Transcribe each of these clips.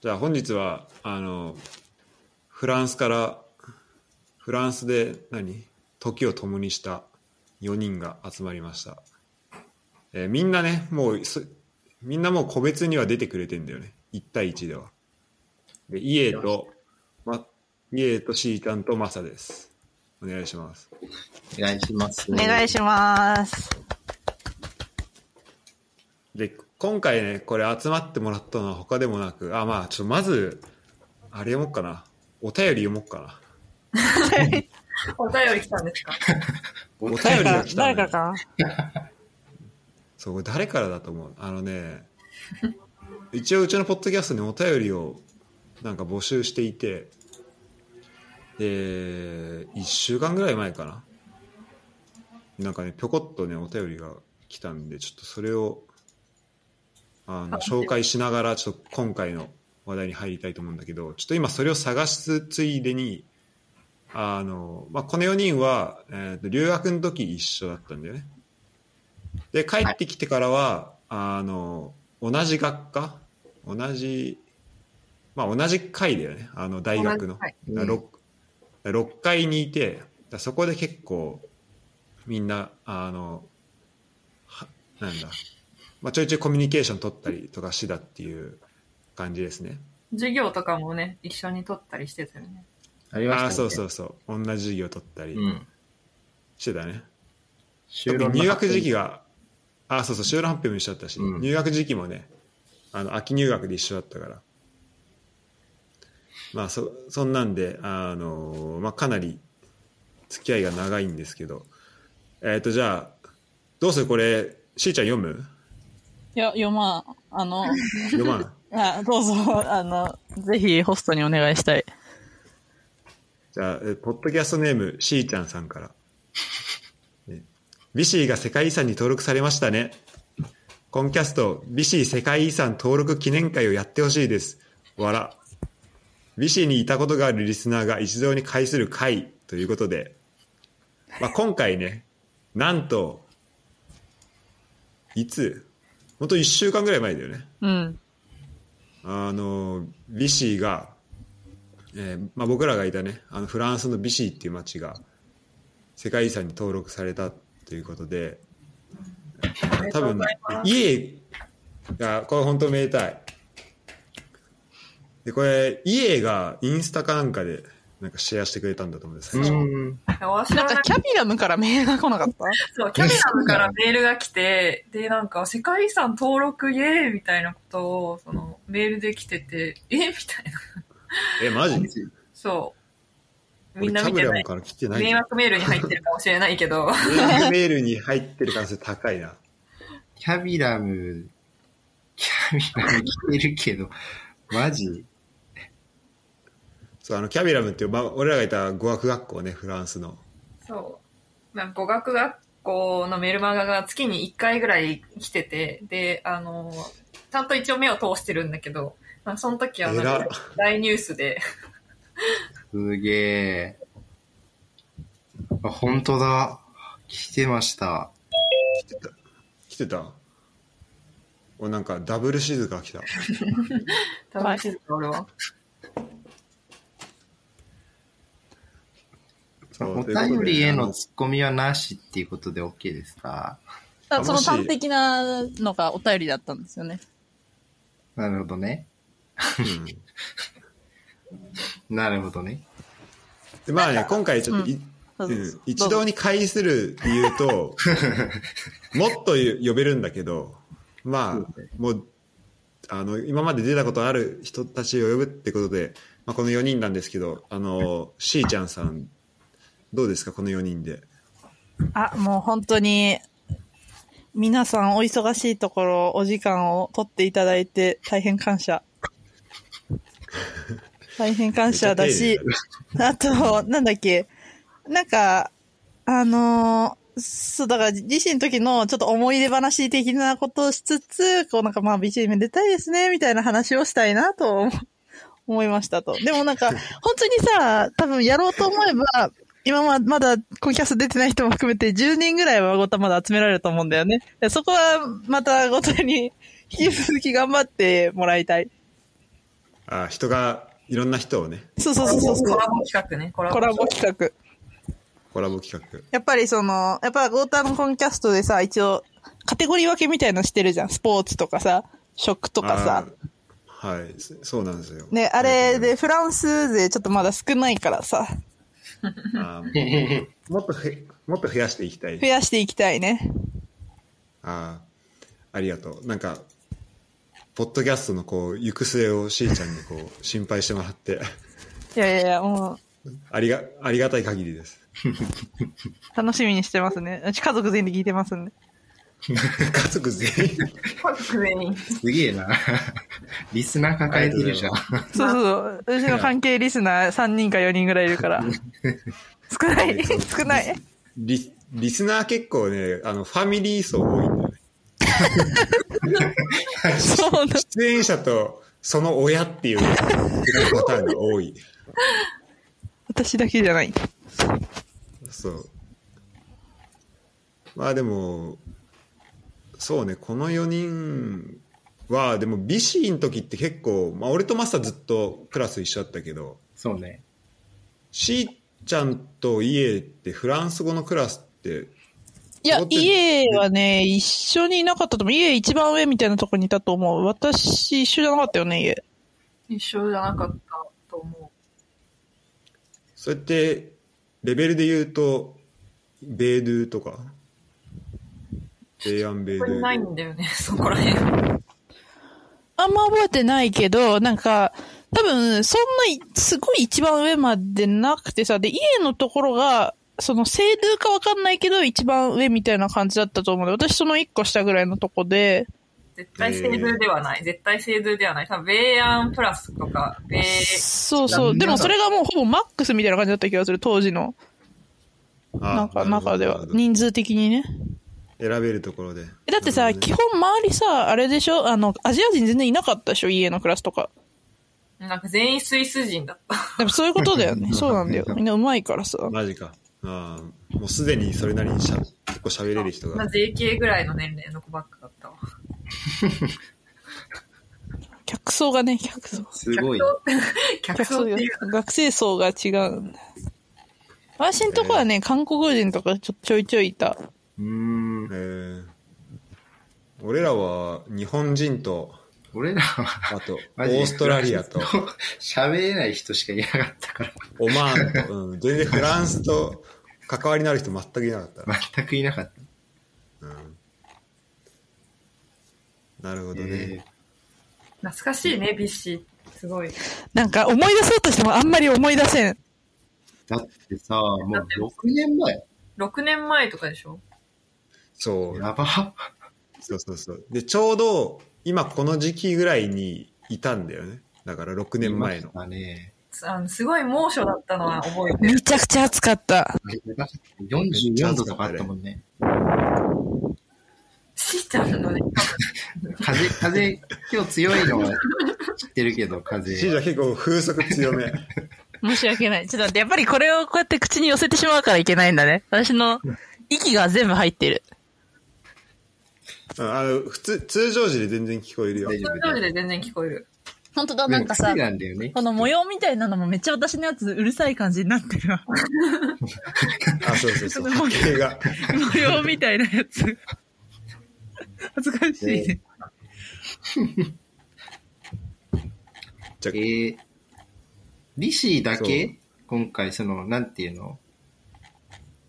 じゃあ本日は、あの、フランスから、フランスで何時を共にした4人が集まりました。えーみんなね、もうす、みんなもう個別には出てくれてんだよね。1対1では。で、イエーと、ま、イエーとしーちゃんとマサです。お願いします。お願いします、お願いします。で今回ねこれ集まってもらったのは他でもなくあまあちょっとまずあれ読もうかなお便り読もうかなお便り来たんですかお便りが誰か来た誰のよかかそうこれ誰からだと思うあのね 一応うちのポッドキャストにお便りをなんか募集していてで1週間ぐらい前かななんかねぴょこっとねお便りが来たんでちょっとそれをあの紹介しながらちょっと今回の話題に入りたいと思うんだけどちょっと今それを探しつついでにあの、まあ、この4人は、えーと留学の時一緒だったんだよねで帰ってきてからは、あの同じ学科同じまあ同じ会だよねあの大学の同じ回うん 6, 6階にいてだそこで結構みんなあのはなんだ、まあ、ちょいちょいコミュニケーション取ったりとかしだっていう感じですね授業とかもね、一緒に取ったりしてたよね。ありました、あね。あそうそうそう同じ授業取ったりうん。してたね、就特に入学時期が。があそうそう就労発表も一緒だったし、うん入学時期もねあの秋入学で一緒だったからまあそそんなんであの、まあ、かなり付き合いが長いんですけどえっ、とじゃあどうするこれしーちゃん読むいや、読まん。あの、 読まんあどうぞ、あの、ぜひホストにお願いしたい。じゃあえポッドキャストネームしーちゃんさんから、ねビシーが世界遺産に登録されましたねコンキャスト、ビシー世界遺産登録記念会をやってほしいです。わら。ビシーにいたことがあるリスナーが一堂に会する会ということで、まあ、今回ね、なんと、いつ本当1週間ぐらい前だよね。うん。あの、ビシーが、えーまあ、僕らがいたね、あのフランスのビシーっていう町が世界遺産に登録されたということで、多分ね、家が、これ本当めでたい。で、これ、家がインスタかなんかで、なんかシェアしてくれたんだと思うんです、最初うん。私なはんなんかかキャビアムからメールが来なかったそう、キャビアムからメールが来て、で、なんか、世界遺産登録イエーイみたいなことを、その、メールで来てて、えみたいな。え、マジそう。俺みキんなャ見ブてラなムい。から来てない。迷迷惑メールに入ってるかもしれないけど、惑メールに入ってる可能性高いな。キャビラム、キャビラム来てるけど、マジそう、あの、キャビラムっていう、まあ、俺らがいた語学学校ね、フランスの。そう。なんか語学学校のメルマガが月に1回ぐらい来てて、で、あの、ちゃんと一応目を通してるんだけど、まあ、その時はなん偉かっ大ニュースで、すげえ。あ、本当だ。来てました。来てた来てたおなんかダブル静か来た楽しいです俺は。そうお便りへのツッコミはなしっていうことで OK ですかあその楽しい端的なのがお便りだったんですよね。なるほどね。ということでなるほどね。うんでまあね今回ちょっとい、そううそうん一堂に。に会するっていう ともっと呼べるんだけどまあもうあの今まで出たことある人たちを呼ぶってことで、まあ、この4人なんですけどあのしーちゃんさんどうですかこの4人であ、もう本当に、皆さんお忙しいところ、お時間を取っていただいて、大変感 謝。大変感謝だし、 あと、なんだっけ、なんか、あのーそう、だから、自身の時のちょっと思い出話的なことをしつつ、こうなんか、まあ、ビジュめでたいですね、みたいな話をしたいなと思思いましたと。でもなんか、本当にさ、多分やろうと思えば、今ままだコンキャスト出てない人も含めて10人ぐらいはごたまだ集められると思うんだよね。でそこはまたごとに引き続き頑張ってもらいたい。あ人がいろんな人をねそうそうそうそうそコう。ラボ企画ね。コラボコラボ企画。コラボ企画やっぱりその、やっぱゴータのコンキャストでさ、一応、カテゴリー分けみたいのしてるじゃん。スポーツとかさ、食とかさ。あーはいそそうなんですよね、あれであフランス勢ちょっとまだ少ないからさ、ーもっとふもっと増やしていき たい増やしていきたいね。ああ、ありがとう。なんか、ポッドキャストのこう、行く末をしーちゃんにこう、心配してもらって、 いやいやいや、もう、ありが、ありがたい限りです。 楽しみにしてますね。うち家族全員で聞いてますんで。家族全員。家族全員。すげえな。 リスナー抱えてるじゃん。そうそうそう。うちの関係リスナー3人か4人ぐらいいるから。少ない、少ない。リ、リスナー結構ね、あの、ファミリー層多いんだよね。そうなの出演者と、その親っていうパターンが多い。 私だけじゃない。そう。まあでも、そうね、この4人は、でも、ビシーの時って結構、まあ俺とマスターずっとクラス一緒だったけど、そうね。しーちゃんと家ってフランス語のクラスって、いや思っ、てる家はね、一緒にいなかったと思う。家一番上みたいなとこにいたと思う。私一緒じゃなかったよね、家。一緒じゃなかったと思それってレベルで言うと、ベードゥとか、ベイアンベう。ーこドこにないゥ。んだよね、 そこら辺。あんま覚えてないけど、なんか、多分、そんない、すごい一番上までなくてさ、で、家のところが、その、制度かわかんないけど、一番上みたいな感じだったと思うので、私その一個下ぐらいのとこで、絶対制度ではない。絶対制度ではない。多分、ベイアンプラスとか、ベイ、そうそう。でもそれがもうほぼマックスみたいな感じだった気がする、当時の、あなんか、るほど中でなはる。ほど人数的にね。選べるところで。えだってさ、なるほど基ね本周りさ、あれでしょあの、アジア人全然いなかったでしょ家のクラスとか。なんか全員スイス人だった。 でもそういうことだよね。そうなんだよ。みんな上手いからさ。マジか。ああ、もうすでにそれなりにしゃ結構喋れる人まがあ、。JK ぐらいの年齢の子ばっかだったわ。客層がね、客層。すごい。客客層層ってがいう。学生層が違うんだ。私んとこはね、韓国人とかちょちょいちょいいた。うーん。えー、俺らは日本人と、俺らは、あと、オ マジでーストラリアと、 喋れない人しかいなかったから、 オマーンと、うん、全然フランスと関わりのある人全くいなかった。全くいなかった。うんなるほどえねー。懐かしいね、ビッシー。すごい。なんか思い出そうとしてもあんまり思い出せん。だってさ、もう6年前。 6年前とかでしょそうやば。そうそうそう。で、ちょうど今この時期ぐらいにいたんだよね。だから6年前の。だね。あの、すごい猛暑だったのは覚えてる。めちゃくちゃ暑かった。 44度とかあったも んね。しーちゃんのね、風、風、今日強いのは知ってるけど、風。シージャ結構風速強め。申し訳ない。ちょっと待って、やっぱりこれをこうやって口に寄せてしまうからいけないんだね。私の息が全部入ってる。うんあの普通通常時で全然聞こえるよ。大丈通常時で全然聞こえる。本当だ、夫。なんか癖、さなんだよねこ。の模様みたいなのもめっちゃ私のやつうるさい感じになってる わ。あ、そうそうそう。すご波い形が。模様みたいなやつ。恥ずかしいね。じゃえー、ビシーだそけ今回、その、なんていうの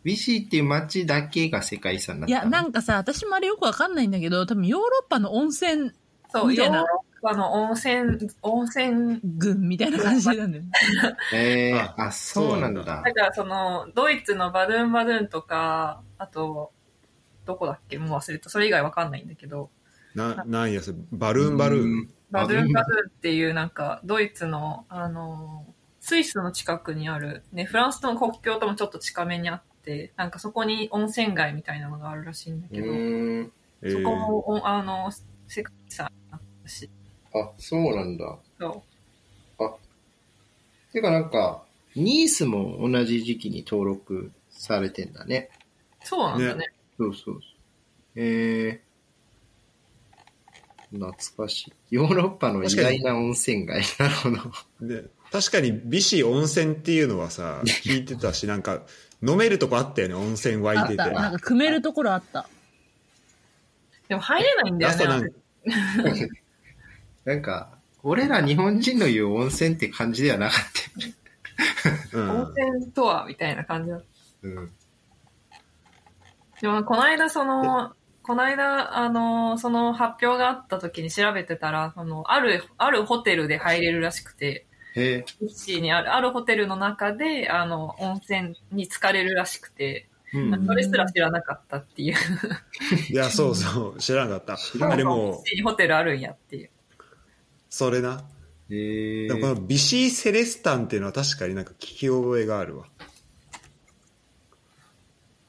ビシーっていう街だけが世界遺産になっいたや、のなんかさ、私もあれよくわかんないんだけど、多分ヨーロッパの温泉そう、みヨたいーなロッパの温泉、温泉、群みたいな感じなんだよね。えー、ああ、そうなんだ。そうなんだからその、ドイツのバドゥンバドゥンとか、あと、どこだっけもう忘れた。それ以外わかんないんだけど、な、なんやそれ、バルーンバルーン。バドバゥドゥンンバドゥンっていうなんか、ドイツの、あの、スイスの近くにある、ね、フランスとの国境ともちょっと近めにあって、なんかそこに温泉街みたいなのがあるらしいんだうけど、ーん。えそーこも、おあの、世界遺産になったし、あ、そうなんだ。そてかなんか、ニースも同じ時期に登録されてんだね。うそうなんだね。そうそうそう。えー、懐かしい。ヨーロッパの意外な温泉街。なるほど。で、確かに美子温泉っていうのはさ、聞いてたし、なんか、飲めるとこあったよね、温泉湧いあって。てた。なんか、組めるところあった。でも入れないんだ朝なよんねか。、なんか、俺ら日本人の言う温泉って感じではなかったよね。うん。温泉とはみたいな感じだったうん。でも、この間、その、この間、あの、その発表があった時に調べてたら、その、ある、あるホテルで入れるらしくて、へえ、ミッシーにある、あるホテルの中で、あの、温泉に浸かれるらしくて、うん。それすら知らなかったっていう。いや、そうそう、 知らなかっ知た。らあなれかもう、ミッシーにホテルあるんやっていう。それな。へえでもこのビシー・セレスタンっていうのは確かになんか聞き覚えがあるわ。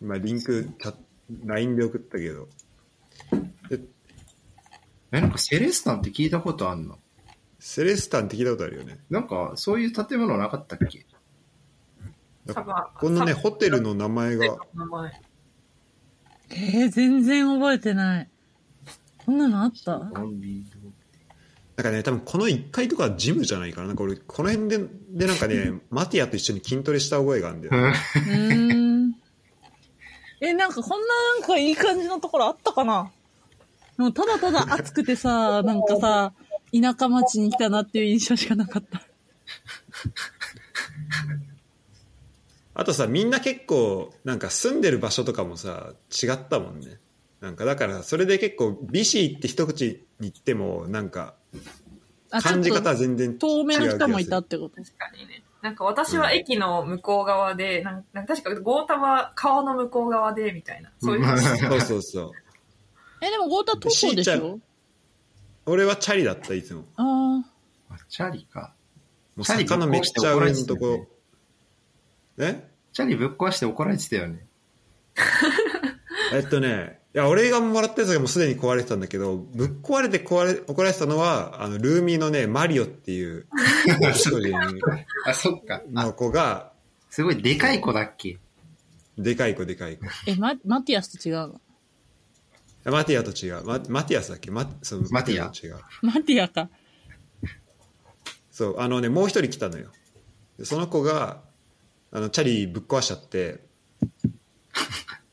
今リンク、チャ LINE で送ったけど。でえ、なんかセレスタンって聞いたことあんのセレスタンって聞いたことあるよね。なんか、そういう建物なかったっけだ多分このね、ホテルの名前が、名前。えー、全然覚えてない。こんなのあったコンビニなんかね、多分この1階とかジムじゃないかな。なんか俺、この辺で、でなんかね、 マティアと一緒に筋トレした覚えがあるんだ よ。うーん。え、なんかこんななんかいい感じのところあったかなもうただただ暑くてさ、なんかさ、田舎町に来たなっていう印象しかなかった。あとさ、みんな結構、なんか住んでる場所とかもさ、違ったもんね。なんかだから、それで結構、ビシーって一口に言っても、なんか、あ感じ方ちょはっ全然違うと遠目の人もいたっ気がすてこと。確かにね。なんか私は駅の向こう側で、なんなんか確かゴータは川の向こう側で、みたいな。 そういううん感るそうそうそう。え、でもゴータ徒歩でししーちゃょ俺はチャリだった、いつも。ああ。あチャリか。もうチャリ坂のめっちゃ上のとこ。えチャリぶっ壊して怒られてたよね。えっとね、いや、俺がもらったやつがもうすでに壊れてたんだけど、ぶっ壊れて壊れ、怒られてたのは、あの、ルーミーのね、マリオっていう、一人 あ、そっか。あ、の子が、すごいでかい子だっけでかい子でかい子。え、ママティアスと違うのマティアと違う。ママティアスだっけマそのマティアマと違う。マティアか。そう、あのね、もう一人来たのよ。でその子が、あの、チャリぶっ壊しちゃって、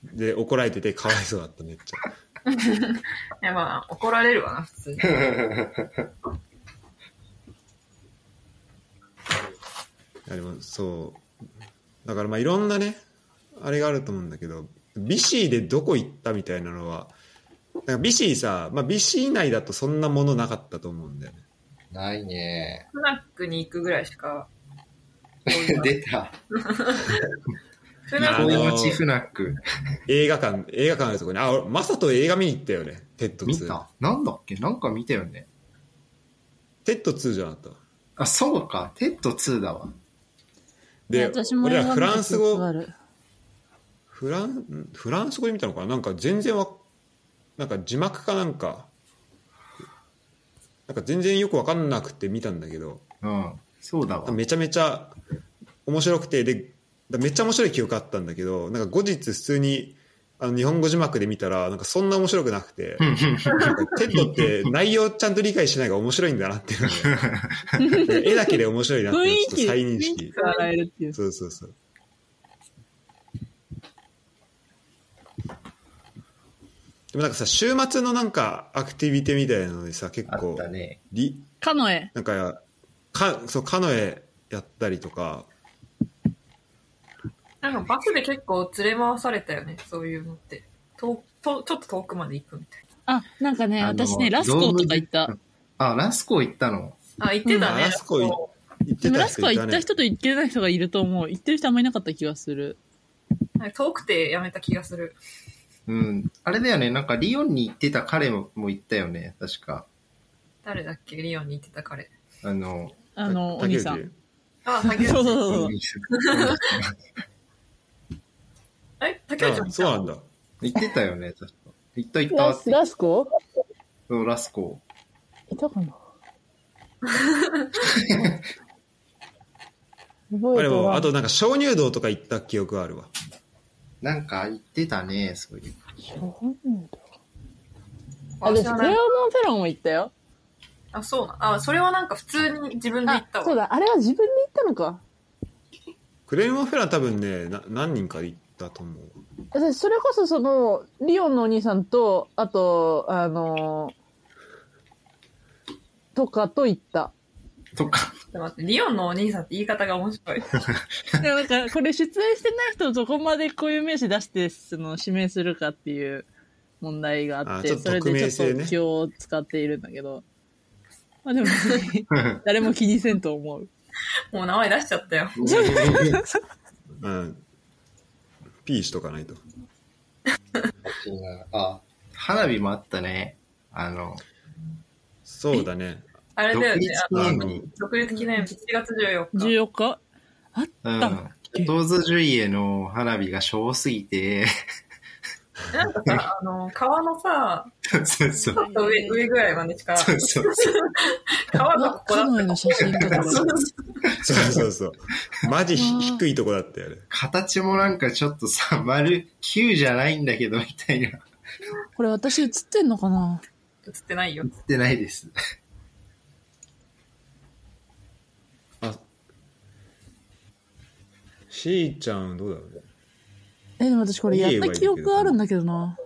で、怒られてて、かわいそうだった、めっちゃ。じ。いや、まあ、怒られるわな、普通に。あれもそうだからまあいろんなねあれがあると思うんだけどビシーでどこ行ったみたいなのはなんかビシーさ、まあ、ビシー内だとそんなものなかったと思うんだよねないね。スナックに行くぐらいしか、出た。スナックあの大ー町フナック。映画館映画館あるとこにあ俺マサと映画見に行ったよねテッド見2たなんだっけなんか見たよね。テッド2じゃなかったあ、そうか。テッド2だわ。いやで私も俺ら映画フ見たランス記憶あ語るフランフランス語で見たのかななんか全然わなんか字幕かなんかなんか全然よく分かんなくて見たんだけどうん。そうだわ。めちゃめちゃ面白くてでだめっちゃ面白い記憶あったんだけどなんか後日普通にあの日本語字幕で見たらなんかそんな面白くなくてなんかテッドって内容ちゃんと理解しないが面白いんだなっていうので絵だけで面白いなって雰いう囲のをちょっ気、と再雰認囲気識が笑えるっていう。そうそうそうでもなんかさ週末のなんかアクティビティみたいなのでさ結あっ構たね。りカノエ。なんか、か、そう、カノエやったりとか、なんかバスで結構連れ回されたよね、そういうのって。ととちょっと遠くまで行くみたいあ、なんかね、あの私ね、ラスコとか行っドーたム。あ、ラスコ行ったの。な。あ、行ってたね。うんあそこ行行でってもたラスコは行ったね。人と行ってない人がいると思う。行ってる人あんまりいなかった気がする。なんか遠くてやめた気がする。うん。あれだよね。なんかリヨンに行ってた彼もも行ったよね。確か。誰だっけリオンに行ってた彼。あの、あの、お竹兄内さん。あ、竹そうそう内。そうそう。え竹内もあいそうなたんだ。行ってたよね。確か。行った行ったって。スコそうラスコ。いたか なあ、でも、あとなんか鍾乳洞とか行った記憶があるわ。なんか言ってたね、そういう。あ、で知も、らレなオい。のペロンも行ったよ。あ、そうな。あ、それはなんか普通に自分で行あった、わ。そうだ、あれは自分で行ったのか。クレーンオフェラ多分ねな何人か行ったと思う私それこそその、リオンのお兄さんと、あと、あのーとかと行った。とか、ちょっと待って、リオンのお兄さんって言い方が面 白い。でもなんか、これ出演してない人をどこまでこういう名詞出して、その、指名するかっていう問題があって、あちょっとそれ匿でちょっ名性とね気を使っているんだけど。まあでも別に、誰も気にせんと思う。もう名前出しちゃったよ。うんピーしとかないとあ、花火もあったね。あの、そうだねあれだよ独ね立。記あの念日。独立記念日、7月14日。 14日うん。キャトーズジュイエの花火が小すぎて、なんかさ、あの、川のさ、そうそうち。ょっと上、上ぐらいまでしか、そうそう川のここだカっノエたの写真とか。 そうそうそうマジひ低いとこだったよね形もなんかちょっとさ、丸9じゃないんだけど、みたいな。これ私映ってんのかな映ってないよ。でないです。あしーちゃんどうだろうねえ、でも私これやった記憶あるんだけどな。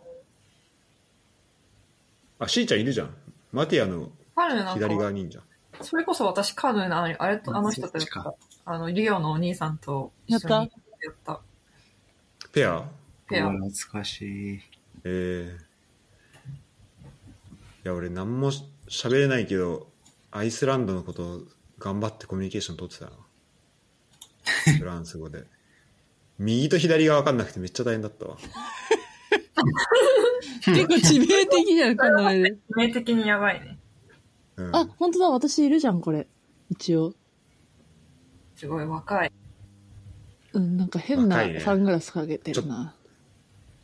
あしーちゃんいるじゃんマティアのカヌーなん左側か、にいんじゃんそれこそ私カヌーなのに、あれと、あの人とやっそっちかた。あの、リオのお兄さんと一緒にややっった。ペアペうアわ。懐かしい。えー、いや俺何もし喋れないけどアイスランドのことを頑張ってコミュニケーション取って たなフランス語で右と左が分かんなくてめっちゃ大変だったわ結構致命的じゃん、カノエで。致命的にやばいね。うん、あ、本当だ、私いるじゃん、これ。一応。すごい若い。うん、なんか変な若いねサングラスかけてるな。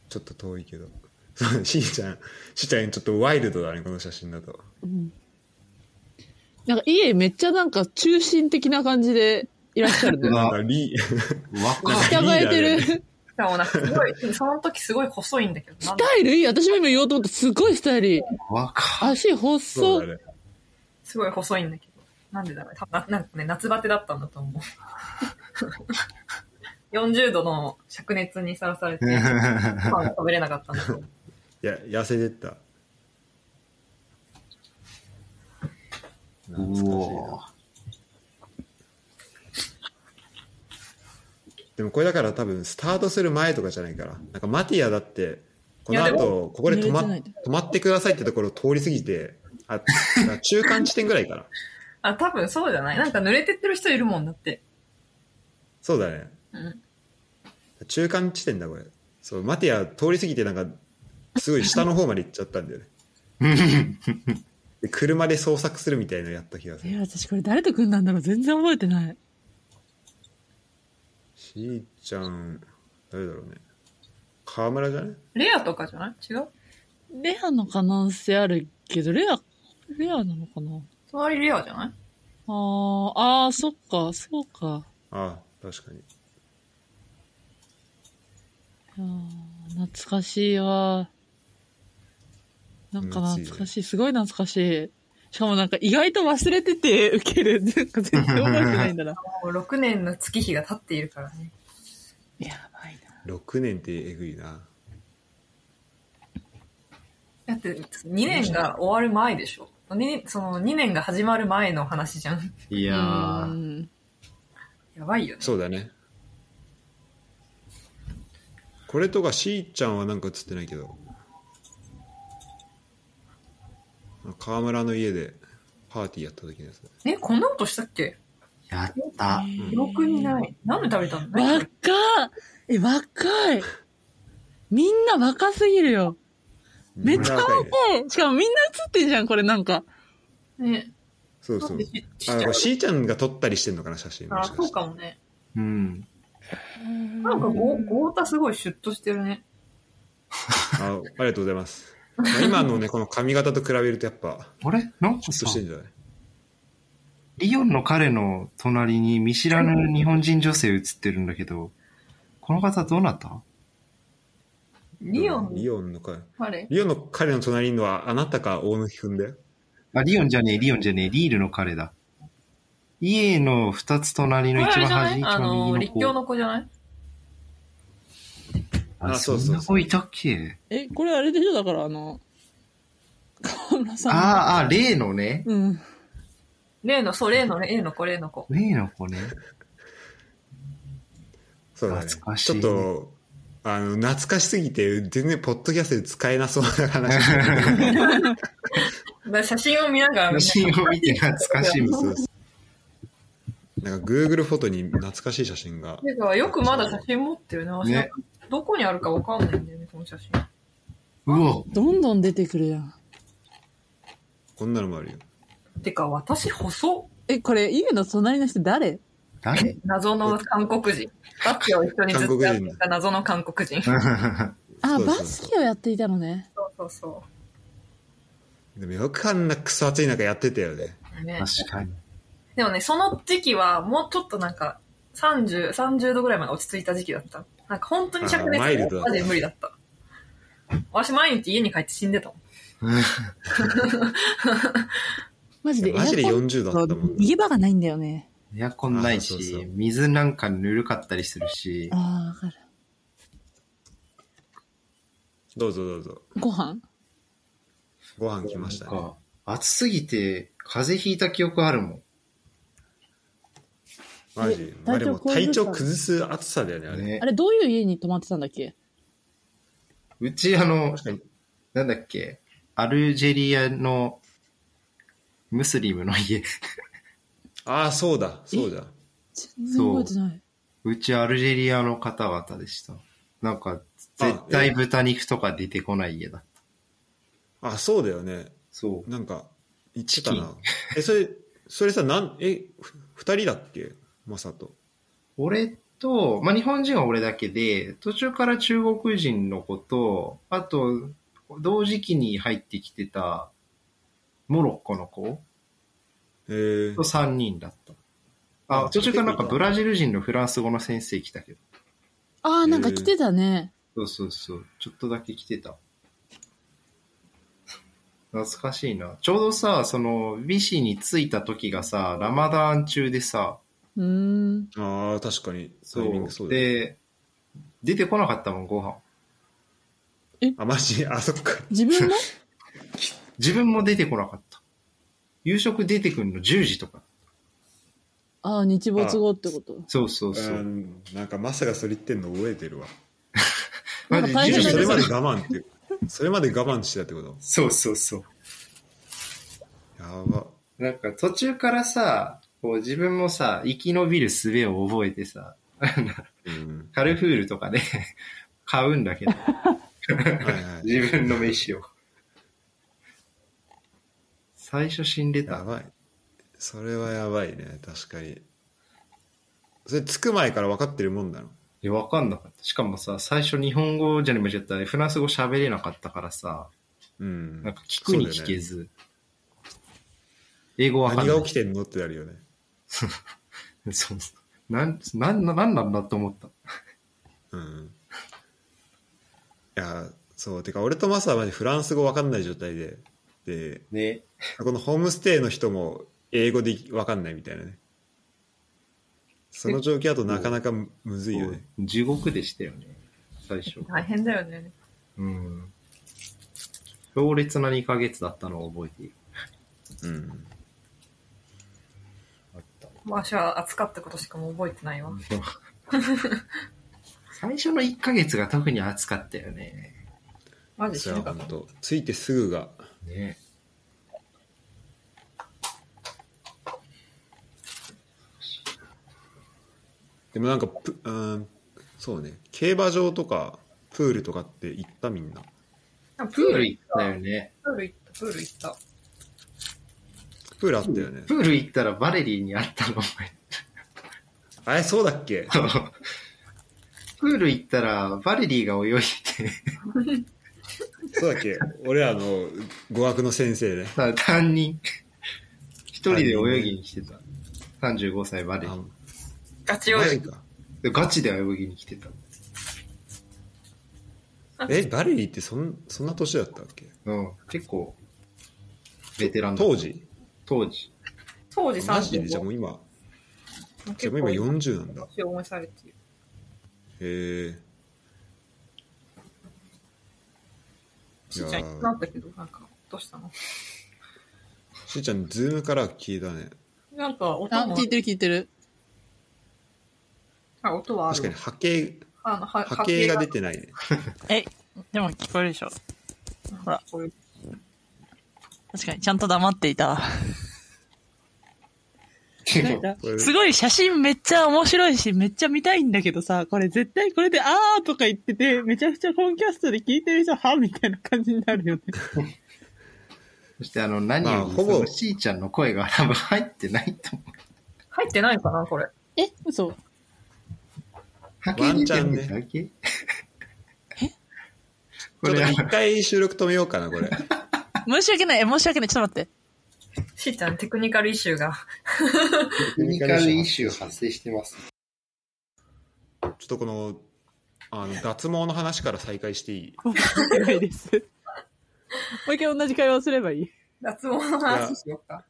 ちょっと遠いけど そうしーちゃんしーちゃんちょっとワイルドだねこの写真だとうん。なんか家めっちゃなんか中心的な感じでいらっ しゃるね。なんかリー若あい。従えていいる。ねスしかもなんかすご い、その時すごい細いんだけど、なんだタイルいい。私も今言おうと思って、すごいスタイルいい。若い。足そう細だい。ねすごい細いんだけど。なんでだろうね。多分ななんかね、夏バテだったんだと 思う。40度の灼熱にさらされて、ご飯が食べれなかったんだと思う。いや痩せてった懐かしいなおーでもこれだから多分スタートする前とかじゃないから。なんかマティアだって、このいやで後、ここで止ま濡れ止てなまってくださいってところを通り過ぎて、あ、だから中間地点ぐらいかな。あ、多分そうじゃないなんか濡れてってる人いるもんだって。そうだね。うん。中間地点だこれ。そう、マティア通り過ぎてなんか、すごい下の方まで行っちゃったんだよね。で車で捜索するみたいなのやった気がすえ、る。私これ誰と組んだんだろう全然覚えてない。しーちゃん、誰だろうね。河村じゃねレアとかじゃない違うレアの可能性あるけど、レア、レアなのかな隣レアじゃないあー、あー、そっか、そうか。ああ、確かに。あー懐かしいわ。なんか懐かしい。すごい懐かしい。しかもなんか意外と忘れてて受ける。なんか全然覚えてないんだな。もう6年の月日が経っているからね。やばいな。 6年ってえぐいな。だって2年が終わる前でしょ。にその2年が始まる前の話じゃん。いうやー。ん。やばいよね。そうだねこれとかしーちゃんはなんか映ってないけど川村の家でパーティーやった時のやつえ、こんなことしたっけやった。記憶にない。何で食べたの若っえ、若いみんな若すぎるよ。めっちゃみんな若いね若いしかもみんな映ってんじゃん、これなんか。ね。そうなそんうでししちあゃなんうかしーちゃんが撮ったりしてんのかな写真あ、もしかそうしてかもね。うん。なんかゴゴータすごいシュッとしてるね。あありがとうございますまあ今のねこの髪型と比べるとやっぱあれなんちょかっとさし、てんじゃないリオンの彼の隣に見知らぬ日本人女性映ってるんだけど、この方どうなったリオンリオンの彼。彼リオンの彼の隣にいるのはあなたか大貫くんだよ。あ、リオンじゃねえ、リオンじゃねえ、リールの彼だ。家の二つ隣の一あれ番じゃな端、い一あ番の、右立の教子。の子じゃないああ、そそうそううそうそんな子いたっけえ、これあれでしょだからあの、河村さん。あーあ、例のね。うん。例の、そう、例のね、例の子、例の子。例の子ね。そうだね。懐かしいちょっと、あの、懐かしすぎて、全然ポッドキャストで使えなそうな話。だから写真を見ながらみんな写真を見て懐かしむ。そうそう なんか Google フォトに懐かしい写真が。てか、よくまだ写真持ってるね。私ねどこにあるかわかんないんだよね、この写真。うわ、どんどん出てくるやん。こんなのもあるよ。てか、私、細っえ、これ家の隣の人誰誰謎の韓国人。バスケを一緒にずっとやってた謎の韓国人。そうあ、そうそうバそうスケをやっていたのね。そうそでもよくあんなクソ暑い中やってたよね。う。ね、確かに。でもね、その時期は、もうちょっとなんか、30、30度ぐらいまで落ち着いた時期だった。なんか本当に灼あマイル熱ドだマジで無理だった。私毎日家に帰って死んでたもん。マジでエマジでアコン40だったもん、逃げ場がないんだよね。エアコンないあそうそうそしう、水なんかぬるかったりするし、ああ、わかる。どうぞどうぞ。ご飯ご飯来ましたなんね。か暑すぎて、風邪ひいた記憶あるもん。マジ。えまあでも体体調調崩崩す暑さだよね、あれ。ねあ、れ、どういう家に泊まってたんだっけうちあの確かに、なんだっけ、アルジェリアのムスリムの家。 ああ、そうだ、そうだ。全然覚えてないうちアルジェリアの方々でした。なんか、あ絶対豚肉とか出てこない家だ。あ、そうだよね。そう。なんか、言ってたチキな。え、それ、それさ、なん、え、ふ二人だっけマサと。俺と、まあ、日本人は俺だけで、途中から中国人の子と、あと、同時期に入ってきてた、モロッコの子えーと、3人だった。ああ、途中からなんか結構ブいたラジル人のフランス語の先生来たけど。ああ、なんか来てたね。そうそうそう。ちょっとだけ来てた。懐かしいな。ちょうどさ、その、ビシに着いた時がさ、ラマダン中でさ、うーん。ああ、確かに。タイミンそグそうう。だね。で、出てこなかったもん、ご飯。あ、マジ あ、そっか。自分 の自分も出てこなかった。夕食出てくんの10時とか。ああ、日没後ってこと。そうそうそうう。ん、なんかマサがそれ言ってんの覚えてるわ。なんかマ大ジ変10だね時そとれまで我か慢って、それまで我慢してたってことそうそうそう。やば。なんか途中からさ、こう自分もさ、生き延びる術を覚えてさ、うん。カルフールとかで 買うんだけど、はいはい。 自分の飯を。最初死んでやた。ばい。それはやばいね、確かに。それ、着く前から分かってるもんなの。いや、わかんなかった。しかもさ、最初日本語じゃねえ、間違った。フランス語喋れなかったからさ、うん。なんか聞くに聞けず。英語わかんない。何が起きてんのってなるよね。 そうそう。なん、なん、なんなんだと思った。うん。いや、そう、てか、俺とマサはマジフランス語分かんない状態で、で、ね。このホームステイの人も英語で分かんないみたいなね。その状況だとなかなかむむずいよね。地獄でしたよね。最初。大変だよね。うん。強烈な2ヶ月だったのを覚えている。うん。あった。私は暑かったことしかもう覚えてないわ。 最初の1ヶ月が特に暑かったよね。マジでそ死れはぬかった本。当。ついてすぐが、ねでもなんかプ、うん、そうね、競馬場とか、プールとかって行ったみんな。あププーールル行行っったた。よね。プール行った、プール行った。プールあったよね。プール行ったらバレリーに会ったの、あれ、そうだっけお前。プール行ったらバレリーが泳いでそうだっけ俺らの語学の先生ね。さ、担任。一人で泳ぎに来てた。35歳バレリーあ、ガチ泳マジぎ。か。でガチで泳ぎに来てた。え、バレリーってそんそんな年だったっけうん、結構、ベテランだ当時当時。当時35。マジでじゃあもう今、じゃあもう今40なんだ。年を思いされている。へえ。しーちゃんいなくなったけど、なんか、どうしたのしーちゃん、ズームから聞いたね。なんか音あ、も聞いてる聞いてる。あ、音はあ確かにる。波形、あのは波形が出てないね。え、でも聞こえるでしょ。ほらこういう確かに、ちゃんと黙っていたわ。なんかこれすごい写真めっちゃ面白いし、めっちゃ見たいんだけどさ、これ絶対これであーとか言ってて、めちゃくちゃ本キャストで聞いてる人はみたいな感じになるよね。そしてあの、何まあより、ほぼそのしーちゃんの声が多分入ってないと思う。入ってないかな、これ。え、嘘波ワンチャンね出てるだけえ こちょっれと一回収録止めようかな、これ。申し訳ない、え申し訳ない、ちょっと待って。しーちゃん、テクニカルイシューが。テクニカルイシュー発生してます。ちょっとこの、あの、脱毛の話から再開していい申し訳ないです。もう一回同じ会話をすればいい。脱毛の話しようか。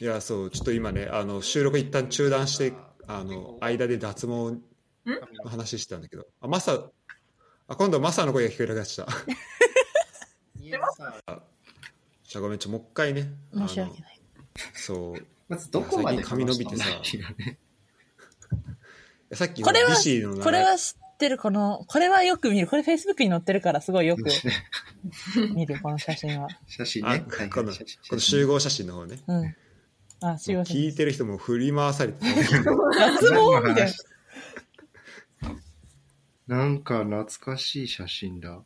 いや、そう、ちょっと今ね、あの、収録一旦中断して、あの、間で脱毛の話してたんだけど、あ、マサ、あ、今度マサの声が聞こえなくなっちゃった。じゃあごめん、ちょ、もう一回ね。あの申し訳ない。そう。いまずどこまで最近髪伸びてさ話したんだっ けねやさっきのこれはリシーの名前これは知ってる、この、これはよく見る。これ Facebook に載ってるから、すごいよく見る、この写真は。写真ね。あ、はいこの、写真この集合写真の方ね。うん。あ、すいません。聞いてる人も振り回されてた、脱毛みたいな。なんか懐かしい写真だ。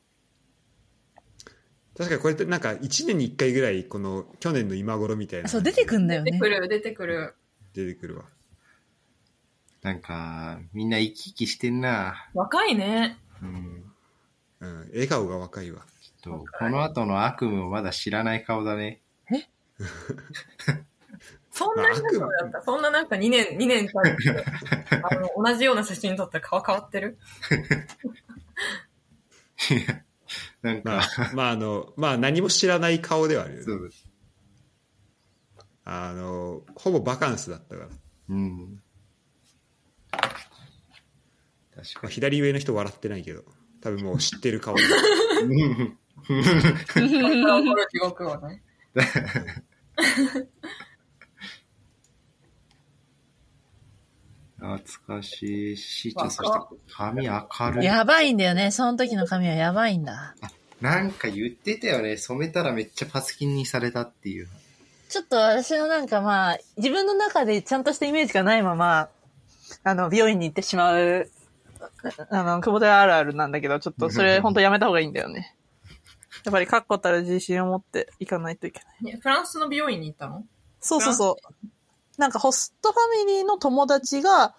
確かにこれってなんか1年に1回ぐらいこの去年の今頃みたいなそう、出てくんだよ出てねく。る、出てくる。出てくるわなんか、みんな生き生きしてんな。若いね。うん。うん笑顔が若いわちょっと、この後の悪夢をまだ知らない顔だね。そんな人だった。そんななんか2年、二年経って、あの、同じような写真撮ったら顔変わって る。なんま か、あまああのまあ何も知らない顔ではあるよそねう。あのほぼバカンスだったから、うん。ま確あか左上の人笑ってないけど多分もう知って る顔に。うん顔変わる地獄はね。懐かしいし、ちょっとそして髪明るい。やばいんだよね。その時の髪はやばいんだ。なんか言ってたよね。染めたらめっちゃパツキンにされたっていう。ちょっと私のなんかまあ、自分の中でちゃんとしたイメージがないまま、あの、美容院に行ってしまう、あの、久保田あるあるなんだけど、ちょっとそれ本当やめた方がいいんだよね。やっぱり確固たる自信を持っていかないといけない。ねフランスの美容院に行ったのそうそうそう。なんかホストファミリーの友達が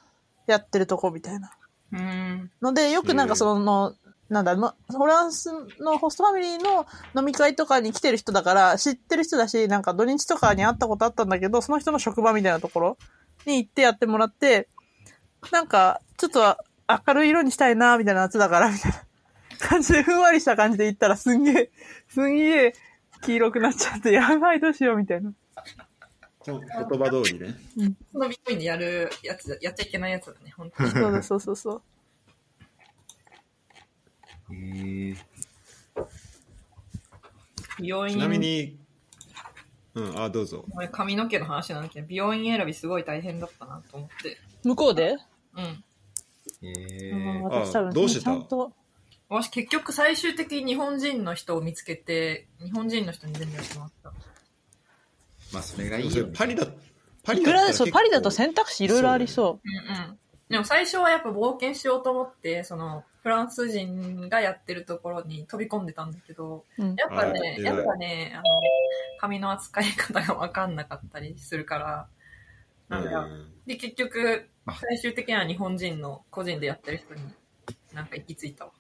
やってるとこみたいな。うん。ので、よくなんかその、なんだ、のフランスのホストファミリーの飲み会とかに来てる人だから、知ってる人だし、なんか土日とかに会ったことあったんだけど、その人の職場みたいなところに行ってやってもらって、なんか、ちょっと明るい色にしたいな、みたいな夏だから、みたいな感じで、ふんわりした感じで行ったら、すんげえ、すんげえ黄色くなっちゃって、やばい、どうしよう、みたいな。言葉通りねその美容院でやるやつ、やっちゃいけないやつだね、 本当に。そうだ、そうそうそう。えー、美容院ちなみにうんあどうぞごめん髪の毛の話なんだけど、美容院選びすごい大変だったなと思って。向こうで、うん。えうんー、私多分、どうしてたちゃんと、私結局最終的に日本人の人を見つけて、日本人の人に全部やってもらった。まあそれがいいそれよ、ね。パリだパいリくだったららでしょ結構パリだと選択肢いろいろありそう。うんうん。でも最初はやっぱ冒険しようと思って、その、フランス人がやってるところに飛び込んでたんだけど、うんやっぱね、あー偉いやっぱね、あの、髪の扱い方がわかんなかったりするから、なんだようんで、結局、最終的には日本人の個人でやってる人に、なんか行き着いたわ。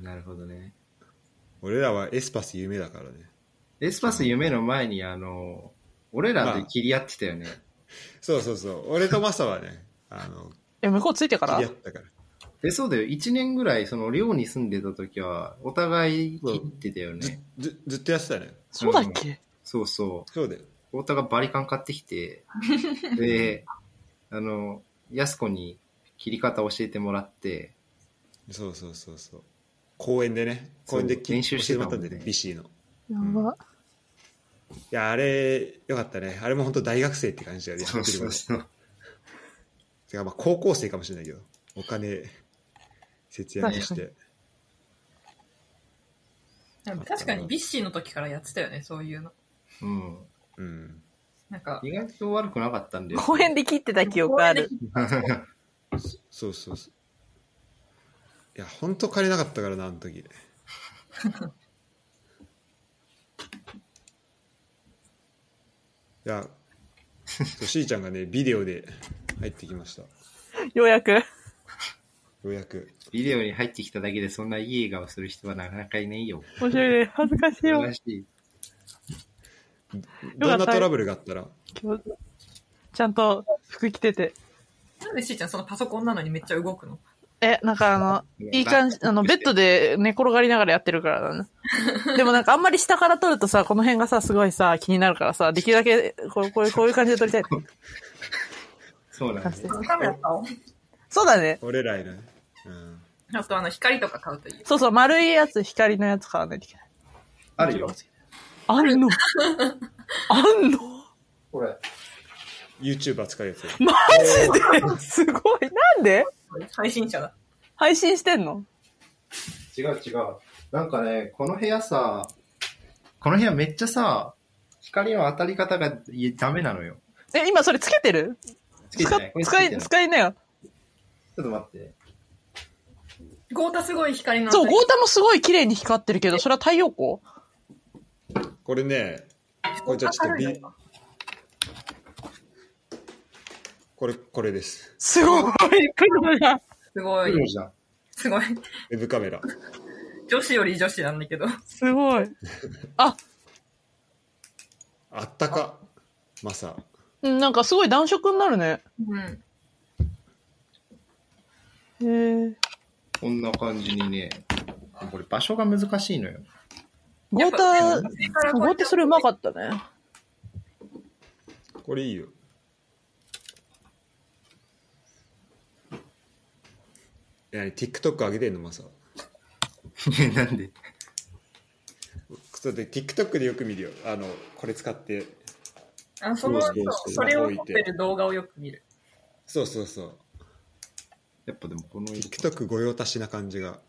なるほどね。俺らはエスパス有名だからねエスパス夢の前に、あの、俺らで切り合ってたよね。そうそうそう俺とマサはねあのえ、向こうついてか知らり合ったからえ、そうだよ。1年ぐらい、その寮に住んでた時は、お互い行ってたよずね。ずずっとやってたねそうだっけそうそそうだよう。太田がバリカン買ってき て、で、あの、やす子に切り方教えてもらって、そうそうそうそう公園でね公園でそう練習してたもん教えもらったねんだよビシーのいやば。やあれよかったねあれも本当大学生って感じだよねそやうってるそこうとそう。てかまあ高校生かもしれないけどお金節約してでも確かにビッシーの時からやってたよね、そういうの。うん。うんなんか、意外と悪くなかったんだよ。公園で切ってた記憶ある。そうそうそういや本当借りなかったからなあの時 いやそうしーちゃんがねビデオで入ってきましたよようやく。うやく ビデオに入ってきただけでそんないい笑顔する人はなかなかいないよ。面白いね。恥ずかしいよ。珍しい。どんなトラブルがあったら今日ちゃんと服着てて。なんでしーちゃんそのパソコンなのにめっちゃ動くのえ、なんかあの、いい感じ、あの、ベッドで寝転がりながらやってるからだね。でもなんかあんまり下から撮るとさ、この辺がさ、すごいさ、気になるからさ、できるだけ、こうこういうこういう感じで撮りたいってそうなん感でじすで。カメラ買おう。そうだね。俺らいるね、うん、あとあの、光とか買うといいよ。そうそう、丸いやつ、光のやつ買わないといけない。あるよ。あんのあんのこれ。 YouTuber 使うやつマジですごい。なんで配信者だ。配信してんの違う違う。なんかね、この部屋さ、この部屋めっちゃさ、光の当たり方がいダメなのよ。え、今それつけてるつけてない。これつけ使てい、ない。ち使いなよ。ょっと待って。ゴータすごい光の。そう、ゴータもすごい綺麗に光ってるけど、それは太陽光これねこれじゃあちょっとビこれこれですすごい、黒が。すご黒い、じゃん。すごい。ウェブカメラ女子より女子なんだけど。すごい。あ、あったかマサうんなんかすごい暖色になるね。うん。へえ。こんな感じにね。これ場所が難しいのよ。ゴータ、ゴゴータそれうまかったね。これいいよえ何 TikTok 上げてんのマサ なんでそうで TikTok でよく見るよあのこれ使ってあ、その、そそうそうそううそれを撮ってる動画をよく見る。そうそうそうやっぱでもこの色 TikTok 御用達な感じが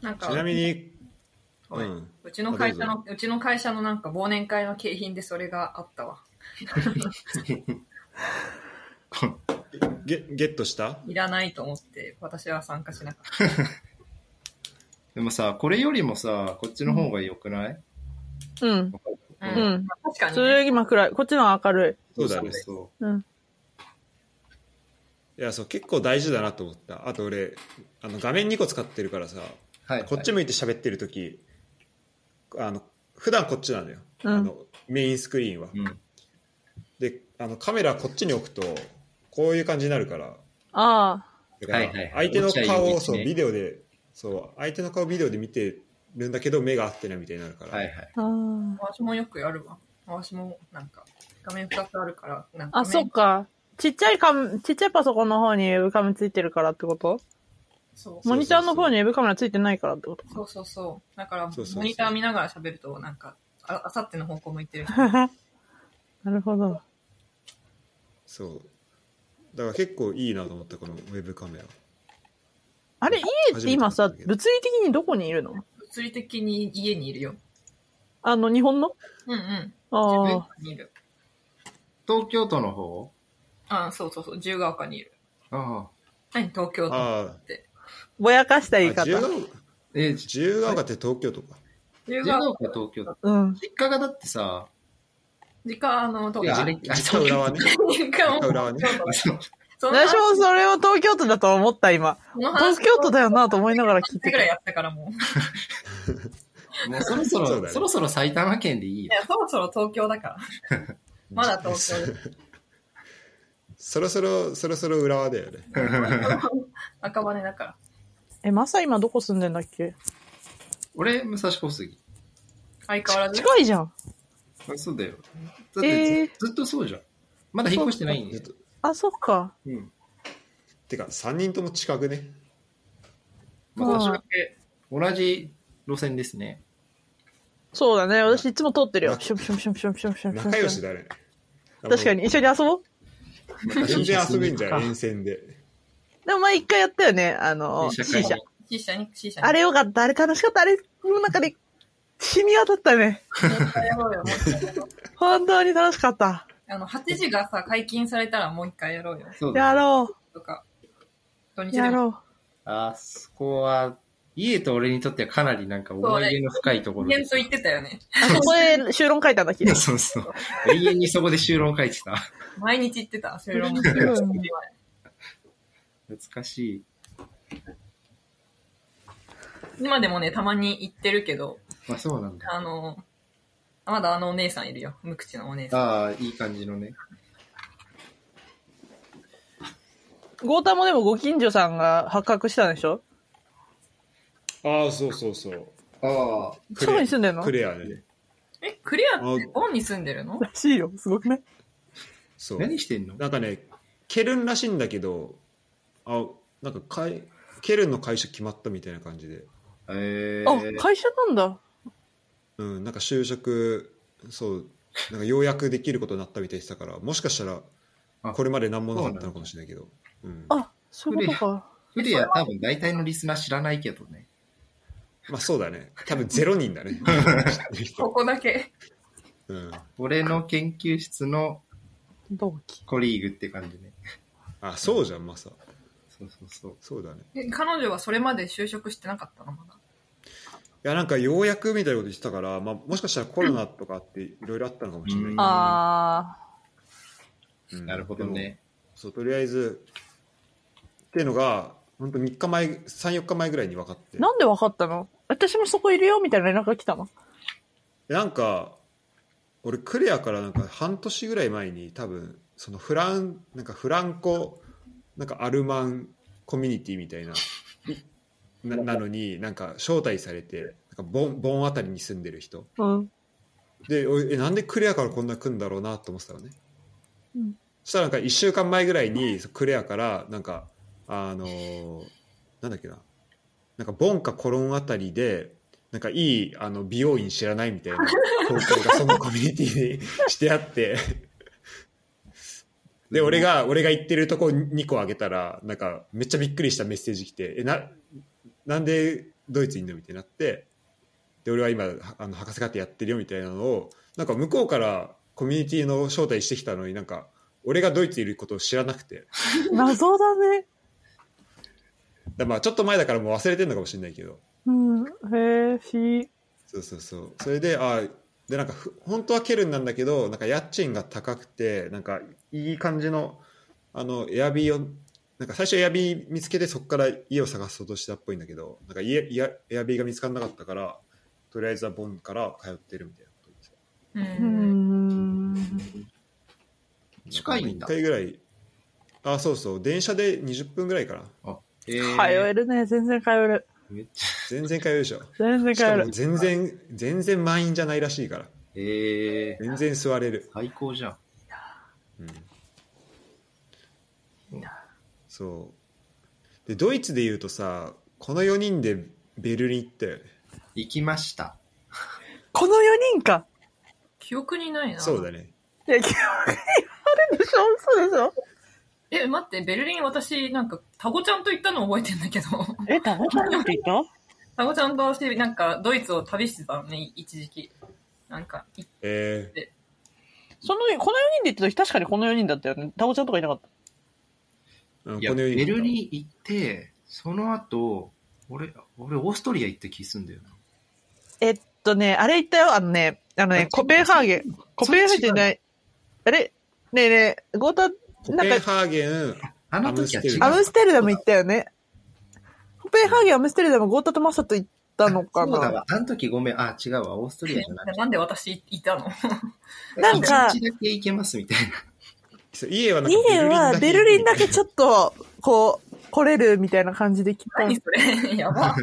なんちか、なみにごめうんんうちの会社の、うちの会社のなんか忘年会の景品でそれがあった わ。ゲゲットしたいらないと思って、私は参加しなかった。でもさ、これよりもさ、こっちの方が良くない、うん。う。うんん。まあ確かにそね、れより今暗い。こっちのは明るそうだねそい。うん。いやそう結構大事だなと思ったあと俺あの画面2個使ってるからさう。はい。こっち向いて喋ってる時あの普段こっちなのよ、うんあのメインスクリーンは、うん。であのカメラこっちに置くとこういう感じになるからああ。だからはいはいは相い手の顔を落ちちゃうそよねうビデオでそう相手の顔ビデオで見てるんだけど目が合ってないみたいになるから、はいはい。あー私もよくやるわ。私もなんか、画面2つあるから、なんかあ、そっか。ちっちゃいカム、ちっちゃいパソコンの方にウェブカメついてるからってことそううモニターの方にウェブカメラついてないからってことそうそうそう。だから、そうそうそうモニター見ながら喋ると、なんか、ああさっての方向向いてる人。 なるほど。そうだから結構いいなと思ったこのウェブカメラあれ、家って今さ、物理的にどこにいるの物理的に家にいるよ。あの、日本のうんうん。自分ああ家。にいる。東京都の方あそうそうそう。自由が丘にいる。ああ。何東京都。ああぼやかした言いあ方自。由がえ、じ自由が丘って東京とか自由自由がが丘。丘東京都。うん。実家がだってさ、実家、あの、東いやあ京。れ実家裏 はね実家も実家裏はね東京そ都だうその私もそれを東京都だと思った、今。その話東京都だよなと思いながら聞いてぐらいた。やったからもう。いもうそろそそうだろ、ねそろそろ埼玉県でいいよ。 や、そろそろ東京だから。まだ東京です。そろそろそろそろ浦和だよね赤羽だから。え、マサ今どこ住んでんだっけ俺、武蔵小杉。相変わらず。近いじゃん。あそうだよ。だってず,、えーずっとそうじゃん。まだ引っ越してないんずでっ。とあ、そっか。うん。てか3人とも近くねまあ、あー私だけ同じ路線ですね。そうだね。私いつも通ってるよ。なシュンシュンシュンシュンシュンシュンシュン。仲良しだね確かに。一緒に遊ぼう全然遊べんじゃんい沿線ででも前一回やったよね。あの、い社 C 会社人。。 C 社に、C 社に。あれよかった。あれ楽しかった。あれの中で染み渡ったね。もう一回やろうよ。もう一回やろう本当に楽しかった。あの、8時がさ、解禁されたらもう一回やろうよ。そうだやね。ろとか。土日う。でもやろあそこは、家と俺にとってはかなりなんか思い出の深いところイベでンすト。行ってたよね。う。あそこで修論書いたんだっけ そうそう。永遠にそこで就論書いてた。毎日行ってた。それも。うん懐かしい。今でもね、たまに行ってるけど、まあそうなんだ。あの、まだあのお姉さんいるよ。無口のお姉さん。ああ、いい感じのね。ゴータもでもご近所さんが発覚したんでしょああそうそうそうああ、ク近くレに住んでんのクレアでねえ、クリアってボンに住んでるのらしいよ。すごくね。そう何してんのなんかねケルンらしいんだけどあなんかかいケルンの会社決まったみたいな感じでえあー、、会社なんだ。うん、なんか就職そうなんかようやくできることになったみたいでしたからもしかしたらあこれまで何もなかったのかもしれないけどうんあ、そういうことか。フリア多分大体のリスナー知らないけどね。まあそうだね多分ゼロ人だ ね知ってるこ人、こだけ。うん、俺の研究室の同期。コリーグって感じね。あそうじゃんマサそうそうそう。そうだねえ彼女はそれまで就職してなかったのまだ。いやなんかようやくみたいなこと言ってたから、まあ、もしかしたらコロナとかあっていろいろあったのかもしれないけど、あうんなるほどね。そうとりあえずっていうのが本当3日前34日前ぐらいに分かってー。なんでわかったの私もそこいるよみたいな連絡が来たの。でなんか俺クレアからなんか半年ぐらい前に多分そのフランなんかフランコなんかアルマンコミュニティみた いなななのになんか招待されてなんかボンボンあたりに住んでる人うん。でおいえなんでクレアからこんな来んだろうなと思ってたのね、うんそしたらなんか1週間前ぐらいにそうクレアからなんかあのーなんだっけななんかボンかコロンあたりでなんかいいあの美容院知らないみたいな投稿がそのコミュニティにしてあってで俺が俺が言ってるとこ2個あげたらなんかめっちゃびっくりしたメッセージ来て「えななんでドイツにいんの?」みたいになってで俺は今あの博士課程やってるよみたいなのをなんか向こうからコミュニティの招待してきたのになんか俺がドイツにいることを知らなくて謎だね。だまあちょっと前だからもう忘れてるのかもしれないけどうん。へえ、不思議。そうそうそうそれであでなんかふ本当はケルンなんだけどなんか家賃が高くてなんかいい感じのあのエアビーをなんか最初エアビー見つけてそこから家を探そうとしたっぽいんだけどなんか家いやエアビーが見つからなかったからとりあえずはボンから通ってるみたいなこと言ってたううーん。ん。近いんだ1回ぐらいあそうそう電車で20分ぐらいかなえ通ーえるね。全然通える。めっちゃ。全然通えるで しょ全然し通かえもる。全然全然満員じゃないらしいからえー、全然座れる、最高じゃん。うん、そうでドイツでいうとさこの4人でベルリン行ったよね行きました。この4人か。記憶にないな。そうだねいや、記憶にあるでしょ嘘でしょえ、待って、ベルリン私、なんか、タゴちゃんと行ったの覚えてんだけど。 え、タゴちゃんって言っタゴちゃんと私、なんか、ドイツを旅してたのね、一時期。なんか、いえたその、この4人で言った時確かにこの4人だったよね。タゴちゃんとかいなかった。ーうんいや、このベ4人ルリン行って、その後、俺、俺、オーストリア行った気すんだよな。えっとね、あれ言ったよ。あのね、あのね、コペンハーゲン。コペンハーゲンじゃない。あれねえねえ、ゴータ、コペンハーゲンあの時は違う。アムステルダム行ったよね。コペンハーゲン、アムステルダム、ゴータとマサと行っったのかそうだな。わ。あの時ごめん。あ、違うわ。オーストリアじゃなくて。なんで私いたのなんか一日だけ行けますみたい な。そう家はなんか家はベルリンだけけちょっと、こう、来れるみたいな感じで来た。何来それ やば。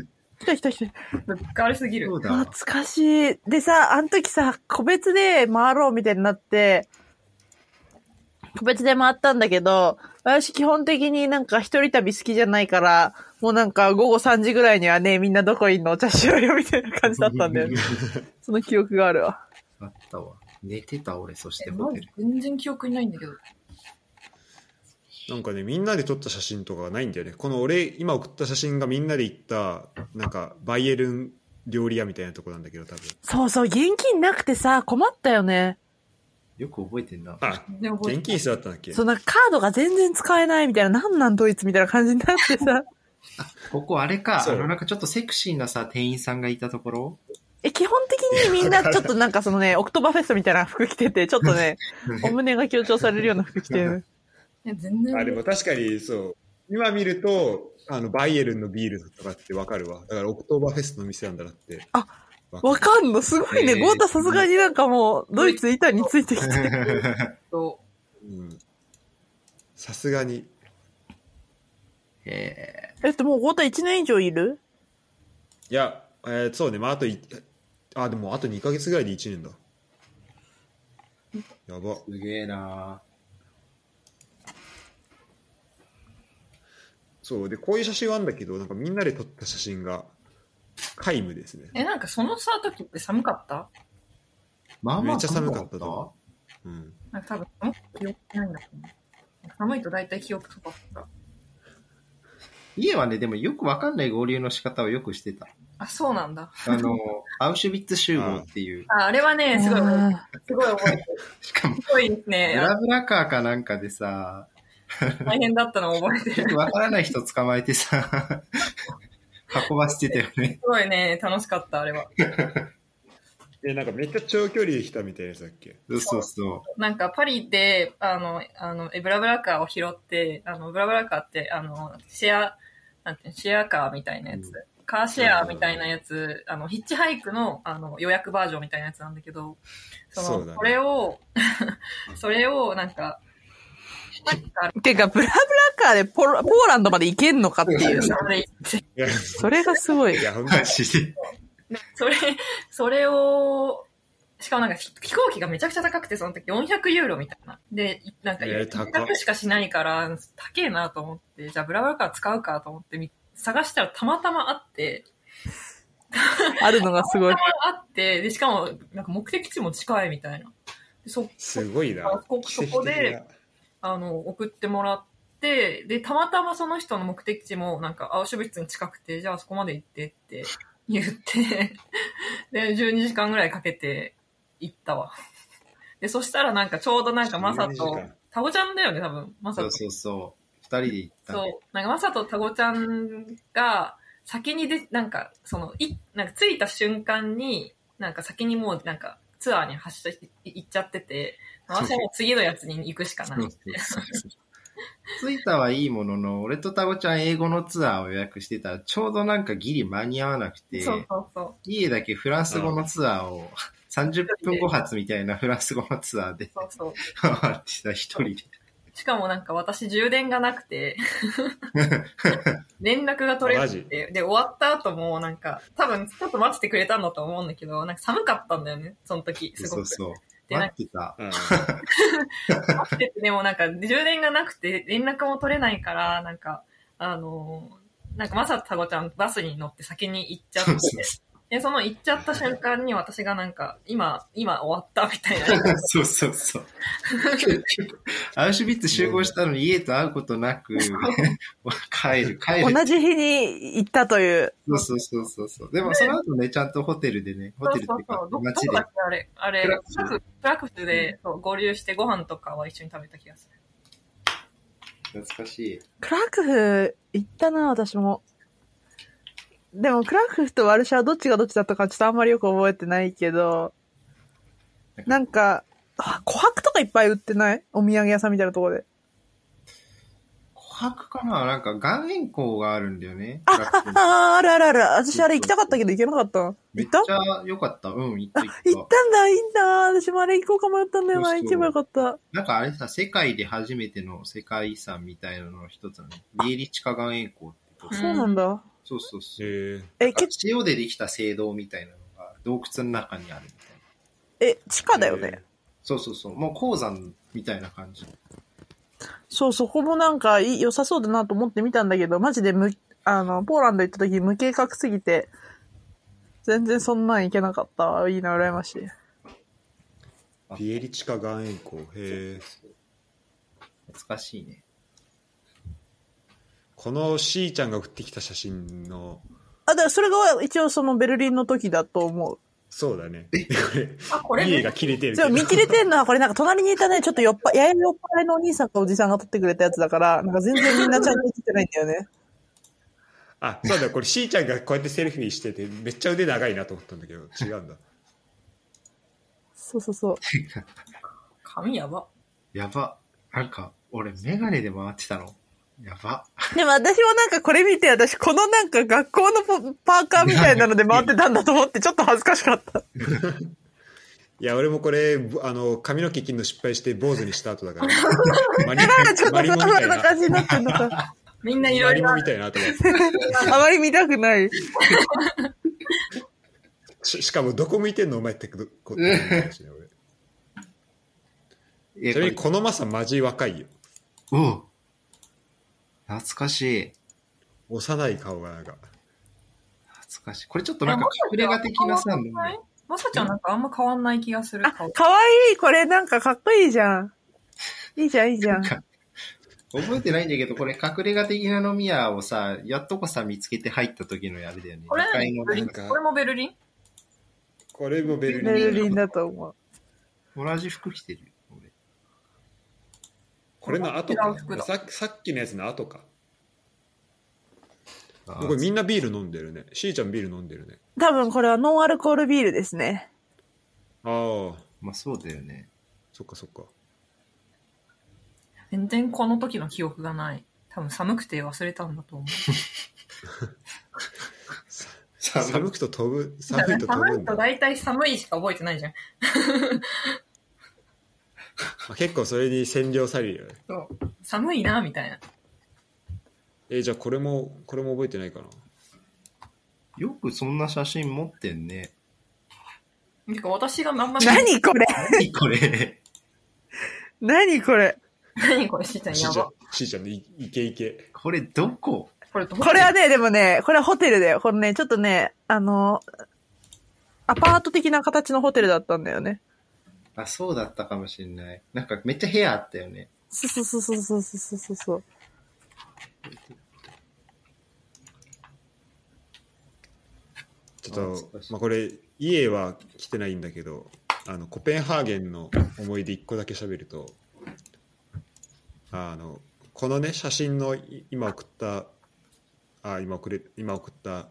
た来た来た。ぶっかわりすぎるそ。うだわ懐。かしい。でさ、あの時さ、個別で回ろうみたいになって、個別で回ったんだけど、私基本的になんか一人旅好きじゃないから、もうなんか午後3時ぐらいにはね、みんなどこいんのお茶しようよみたいな感じだったんだ よね。その記憶があるわ。あったわ。寝てた俺、そしてえホマテジル。全然記憶にないんだけど。なんかねみんなで撮った写真とかがないんだよねこの俺今送った写真がみんなで行ったなんかバイエルン料理屋みたいなとこなんだけど多分そうそう、現金なくてさ、困ったよね。よく覚えてんな。あ全然覚え現て金室だったんだっけそう、なんかカードが全然使えないみたいな、なんなんドイツみたいな感じになってさ。ここあれか。そあうの、なんかちょっとセクシーなさ、店員さんがいたところえ、基本的にみんなちょっとなんかそのね、オクトバーフェストみたいな服着てて、ちょっとね、お胸が強調されるような服着てる。ない。全然あ覚でえても確かにそう今見るとあのバイエルンのビールとかってわかるわだからオクトーバーフェストの店なんだなってあわかわかんのすごいね。えーゴータさすがになんかもう、ドイツ板についてきて。 と、うんさすがにええっと、もうゴータ1年以上いるいや、えーそうねまああといあでもあと2ヶ月ぐらいで1年だやばー、すげえなそうでこういう写真はあるんだけどなんかみんなで撮った写真が皆無ですね、え、なんかそのさ、時って寒かったまあまあめっちゃ寒かったとと思うん、なんか多分、寒い記憶ないんだと思う寒いと大体記憶とかった。家はね、でもよくわかんない合流の仕方をよくしてた。あ、そうなんだ。あ の、アウシュビッツ集合っていう。あ、あれはね、すごい覚えてる、あすごい覚えてる。しかも、すごいですブね。 ラブラカーかなんかでさ、大変だったのを覚えてる。よくわからない人捕まえてさ、 運ばせてたよね。すごいね、楽しかった、あれは。でなんかめっちゃ長距離で来たみたいなやつだっけそうそうそなんか、パリで、あの、あの、えブラブラカーを拾って、あの、ブラブラカーって、あの、シェア、なんていうのシェアカーみたいなやうつ、んカーシェアみたいなやつ、あの、ヒッチハイクの、あの、予約バージョンみたいなやつなんだけど、その、そうそだねれを、 それを、な んか、なんか、ーてか、ブラブラカーでポロポーランドまで行けんのかっていうさ。それ、いや それがすごいい。やほんう。と マジで。それ、それを、しかもなんかひ飛行機がめちゃくちゃ高くて、その時400ユーロみたいな。で、いなんか、えー高っ100しかしないから、高えなと思って、じゃあブラブラカー使うかと思ってみ探したらたまたまあって、 あるのがすご い。あって、で、しかも、なんか目的地も近いみたいな。でそすごいなあこ奇跡的 そこでなあの、送ってもらって、で、たまたまその人の目的地も、なんか、アウシュビッツに近くて、じゃあそこまで行ってって言って、で、12時間ぐらいかけて行ったわ。で、そしたらなんか、ちょうどなんか、マサ12時と間、タゴちゃんだよね、多分。マサそとう。そうそう。二人で行った。そう。なんか、まさとタゴちゃんが、先にで、なんか、その、い、なんか着いた瞬間に、なんか先にもう、なんか、ツアーに走ってい行っちゃってて、私はもう次のやつに行くしかなそ。いうそうそう着いたはいいものの、俺とタゴちゃん英語のツアーを予約してたら、ちょうどなんかギリ間に合わなくて、そうそうそう。家だけフランス語のツアーを、30分後発みたいなフランス語のツアーで、そうそう。回ってた、一人で。しかもなんか私充電がなくて、連絡が取れなくて、で、終わった後もなんか、多分ちょっと待っててくれたんだと思うんだけど、なんか寒かったんだよね、その時、すそごうく。そう。でなん待かってた。うん待っててでもなんか充電がなくて連絡も取れないから、なんか、あのーなんかまさたごちゃんバスに乗って先に行っちゃっそうそう て、で、その行っちゃった瞬間に私がなんか、今、今終わったみたいな。そうそうそう。アウシュビッツ集合したのに家と会うことなく、帰る、帰る。同じ日に行ったという。そうそうそうそうそう。でもその後ね、ちゃんとホテルでね、ホそうテルってそういうそかう。ど、どこだっ街けで。あれ、あれ、ククラクラフククラクフでそう合流してご飯とかは一緒に食べた気がする。懐かしい。クラクフ行ったな、私も。でも、クラクフとワルシャワどっちがどっちだったかちょっとあんまりよく覚えてないけど、なんか、あ琥珀とかいっぱい売ってないお土産屋さんみたいなところで。琥泊かななんか岩塩港があるんだよね。あー、あるあるある。私あれ行きたかったけど行けなかった。めっ行っちたゃ良かった。うん、行った行行っ。ったたんだ、いいんだ。私もあれ行こうか迷ったんだよそな。うそう行けばよかった。なんかあれさ、世界で初めての世界遺産みたいなのの一つなのね。リエリチカ岩塩港ってとこうんそうなんだ。そうそうそう。えー、え、なんかけ塩でできた聖堂みたいなのが洞窟の中にあるみたいな。え、地下だよね。そうそうそう。もう鉱山みたいな感じ。そう、そこもなんかいい良さそうだなと思って見たんだけど、マジで無、あの、ポーランド行った時無計画すぎて、全然そんなん行けなかった。いいな、羨ましい。ビエリチカ岩塩湖へえ懐かしいね。このしーちゃんが送ってきた写真のあ、だからそれが一応そのベルリンの時だと思う。そうだねあ、これ家ねが切れてるじゃあ見切れてんのはこれなんか隣にいたね、ちょっと酔っぱ、やや酔っ払いのお兄さんかおじさんが撮ってくれたやつだから、なんか全然みんなちゃんと映ってないんだよね。あそうだこれしーちゃんがこうやってセルフィーしててめっちゃ腕長いなと思ったんだけど違うんだそうそうそう。髪やば。やば。なんか、俺メガネで回ってたの。やば。でも私もなんかこれ見て、私このなんか学校のポパーカーみたいなので回ってたんだと思って、ちょっと恥ずかしかった。いや俺もこれぶあの髪の毛切るの失敗して坊主にした後だ からマリだからちょっとマリそモんみなたいな感じになってんのか。みんないろマいリろモ。みたいな後だ あまり見たくない。ししかもどこ向いてんのお前ってことことになるしね俺えちなみにこのマサマジ若いようん。懐かしい。幼い顔がなんか懐かしい。これちょっとなんか隠れ家的なさ、いやまさちゃんまさちゃんなんかあんま変わんない気がする。あ、顔かわいい。これなんかかっこいいじゃん。いいじゃん、いいじゃん。覚えてないんだけど、これ隠れ家的な飲み屋をさ、やっとこさ見つけて入った時のやれだよね。これ二階のなんかこれもベルリンこれもベルリンベルリンだと思う。同じ服着てるよ。俺これの後違かう服だささっきのやつの後かあこれみんなビール飲んでるねしーちゃんビール飲んでるね多分これはノンアルコールビールですね。ああまあそうだよね。そっかそっか全然この時の記憶がない。多分寒くて忘れたんだと思う。さ寒寒くと飛ぶ寒いと飛寒ぶんいとだ、大体寒いしか覚えてないじゃん。まあ、結構それに占領されるよね寒いな、みたいな。えーじゃあこれもこれも覚えてないかなよくそんな写真持ってんね。てか私があんまり、何これ何これ。 何これ何これしーちゃんしーやちゃんば。しーちゃんのいイケイケこれどここれどこれはね、でもね、これはホテルだよ。このね、ちょっとね、あの、アパート的な形のホテルだったんだよね。あ、そうだったかもしれない。なんかめっちゃ部屋あったよね。そうそうそうそうそうそうそうそう。ちょっ懐とかしいまあこれ家は来てないんだけどあのコペンハーゲンの思い出一個だけ喋るとあのこのね写真のい今送ったあ今送れ今送った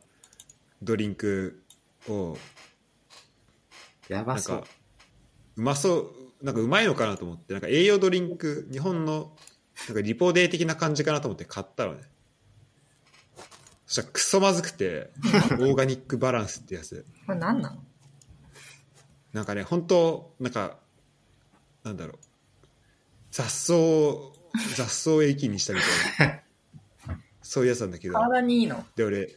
ドリンクをやばなんそうか。うまそうなんかうまいのかなと思ってなんか栄養ドリンク日本のなんかリポデー的な感じかなと思って買ったのねそしたらクソまずくてオーガニックバランスってやつこれ何なのなんかね本当なんかなんだろう雑草を雑草を駅にしたみたいなそういうやつなんだけど体にいいの。で俺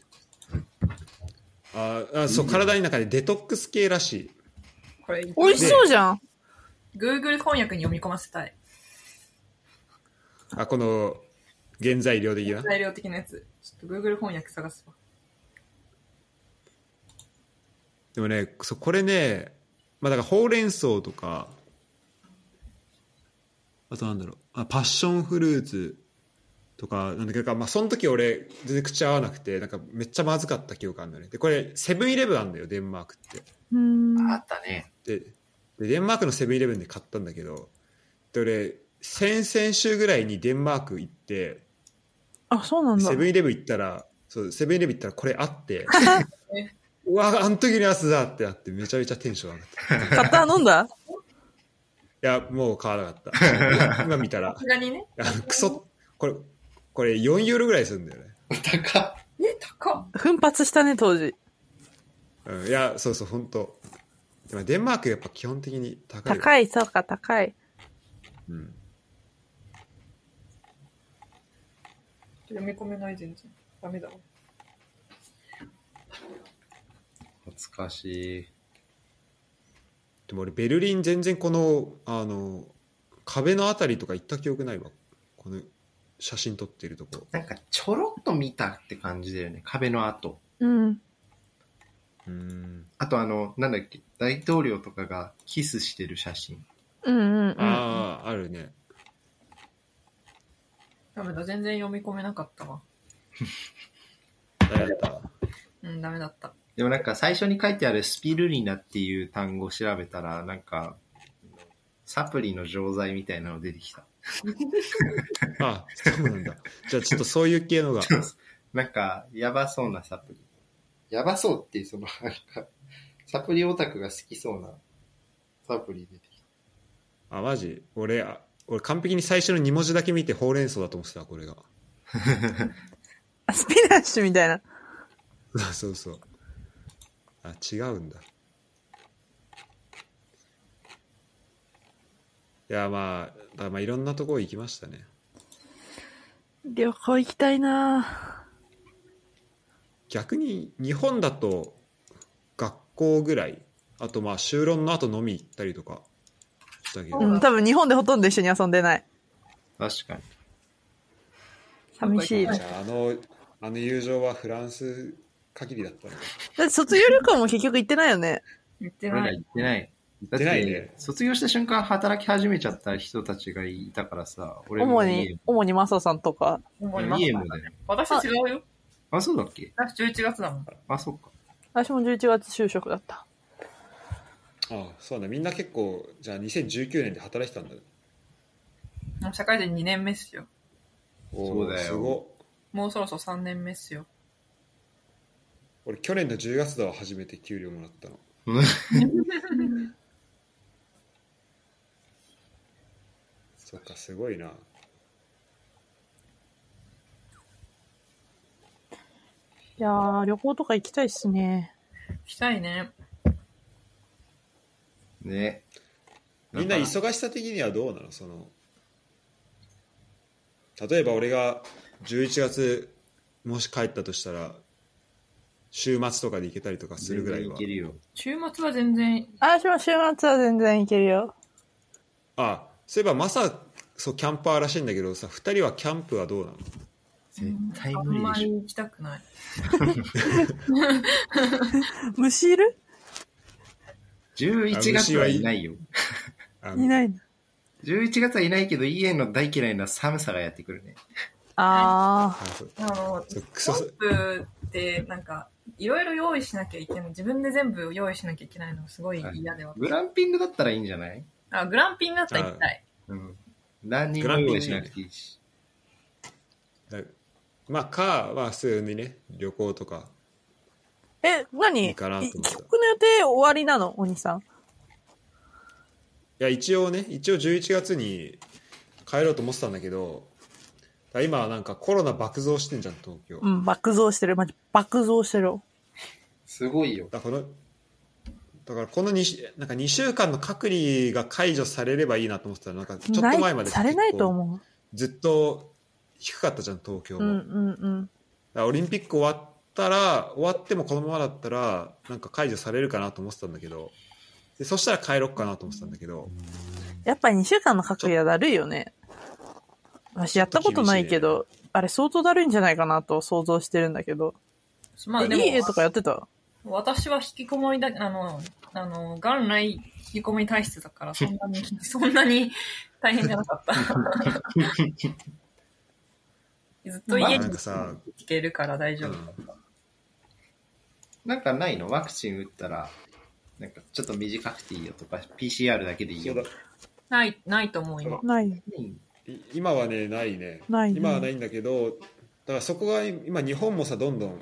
ああそう体の中でデトックス系らしいこれ、美味しそうじゃん。 Google 翻訳に読み込ませたい。あこの原材料的な材料的なやつ。ちょっと Google 翻訳探すわ。でもねそうこれね、まあ、だからほうれん草とかあとなんだろうあパッションフルーツとかなんだけど、まあ、その時俺全然口合わなくてなんかめっちゃまずかった記憶あるのねでこれセブンイレブンなんだよデンマークってうーん。あったね。ででデンマークのセブンイレブンで買ったんだけどで俺先々週ぐらいにデンマーク行ってあ、そうなんだセ。ブンイレブン行ったらそうセブンイレブン行ったらこれあってうわあの時のやつだってなってめちゃめちゃテンション上がった。買った飲んだいや、もう買わなかった。今見たらさ、すがにね。あのクソ、これ、これ4ユーロぐらいするんだよね。高っ。え、高っ。奮発したね、当時。うん、いや、そうそう、本当でもデンマークやっぱ基本的に高い。い。高い、そうか、高い。うん。読み込めない全然。ダメだわ。懐かしい。でも俺、ベルリン全然この、あの、壁のあたりとか行った記憶ないわ。この写真撮ってるとこ。なんかちょろっと見たって感じだよね。壁の跡。うん。うん。あとあの、なんだっけ、大統領とかがキスしてる写真。うんうんうん。ああ、あるね。ダメだ、全然読み込めなかったわ。あれだった。うん、ダメだった。でもなんか最初に書いてあるスピルリナっていう単語調べたら、なんか、サプリの錠剤みたいなの出てきた。あそうなんだ。じゃあちょっとそういう系のが。なんか、やばそうなサプリ。やばそうって、その、なんか、サプリオタクが好きそうなサプリ出てきた。あ、マジ俺、あ俺完璧に最初の2文字だけ見てほうれん草だと思ってた、これが。あスピナッシュみたいな。そう そうそう。あ、違うんだ。いや、まあ、あまあ、いろんなとこ行きましたね。旅行行きたいな逆に日本だと学校ぐらいあとまあ修論の後飲み行ったりとかしたけど、うん、多分日本でほとんど一緒に遊んでない。確かに。寂しい。じだゃああのあの友情はフランス限りだったのかって卒業旅行も結局行ってないよね。言って俺ならい。行ってない。だっっててないね卒業した瞬間働き始めちゃった人たちがいたからさ、俺も主家に、主にマサさんとか。思いもま家す。もだよ。私違うよ。あ、そうだっけ私11月だもん。あ、そっか。私も11月就職だった。ああそうだみんな結構じゃあ2019年で働いてたんだもう社会人2年目っすよ。おーそうだよすごっもうそろそろ3年目っすよ。俺去年の10月だわ初めて給料もらったのそっかすごいなじゃあ旅行とか行きたいっすね。したいね。ね。みんなだから忙しさ的にはどうなのその例えば俺が11月もし帰ったとしたら週末とかで行けたりとかするぐらい全然はけるよ。週末は全然、私も週末は全然行けるよ。あそういえばマサそうキャンパーらしいんだけどさ2人はキャンプはどうなの絶対あん無理までしりょ。行きたくない。虫いる11月はいないよ。あいないの。 11月はいないけど、家の大嫌いな寒さがやってくるね。ああそうあの、そうクキソャンプってなんか、いろいろ用意しなきゃいけない。自分で全部用意しなきゃいけないのがすごい嫌では。グランピングだったらいいんじゃないあ、グランピングだったら行きたい。うん。何にも用意しなくていいし。だまあか、まあ、普通にね旅行とかあ。え、何いいかなと思った帰国の予定終わりなのお兄さん。いや一応ね一応11月に帰ろうと思ってたんだけどだ今はなんかコロナ爆増してんじゃん東京、うん、爆増してる。マジ爆増してる。すごいよ。だからこのだからこの 2, なんか2週間の隔離が解除されればいいなと思ってたらなんかちょっと前まなでいされないと思ずっと低かったじゃん東京う。うも、んうだかんうん。らオリンピック終わったら終わってもこのままだったらなんか解除されるかなと思ってたんだけどでそしたら帰ろっかなと思ってたんだけどやっぱ2週間の隔離はだるいよね。私やったことないけど、あれ相当だるいんじゃないかなと想像してるんだけど。まあえでいい絵とも、かやってた私は引きこもりだ、あの、あの、元来引きこもり体質だから、そん なに、そんなに 大変じゃなか った。ずっとまあ家なにんかさ、行けるから大丈う夫。んなんかないのワクチン打ったら、なんかちょっと短くていいよとか、PCR だけでいいそようだ。ない、ないと思う今。ない。うんい今はねないねないね今はないんだけどだからそこが今日本もさどんどん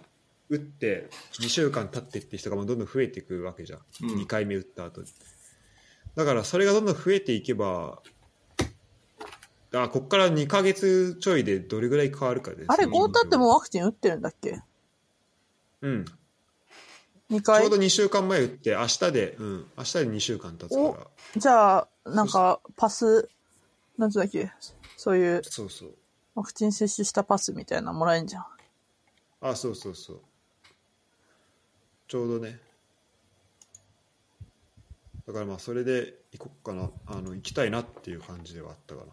打って2週間経ってって人がもうどんどん増えていくわけじゃん、うん2回目打った後にだからそれがどんどん増えていけばあ、こっから2ヶ月ちょいでどれぐらい変わるかです。あれ、ゴータってもうワクチン打ってるんだっけうん。 ?2 ちょ回うど。2週間前打って、明日で、うん、明日で2週間経つから。じゃあ、なんか、パス、なんつうんだっけそういう、そうそう。ワクチン接種したパスみたいなのもらえんじゃん。あ、そうそうそう。ちょうどね。だからまあ、それで行こっかな。あの、行きたいなっていう感じではあったかな。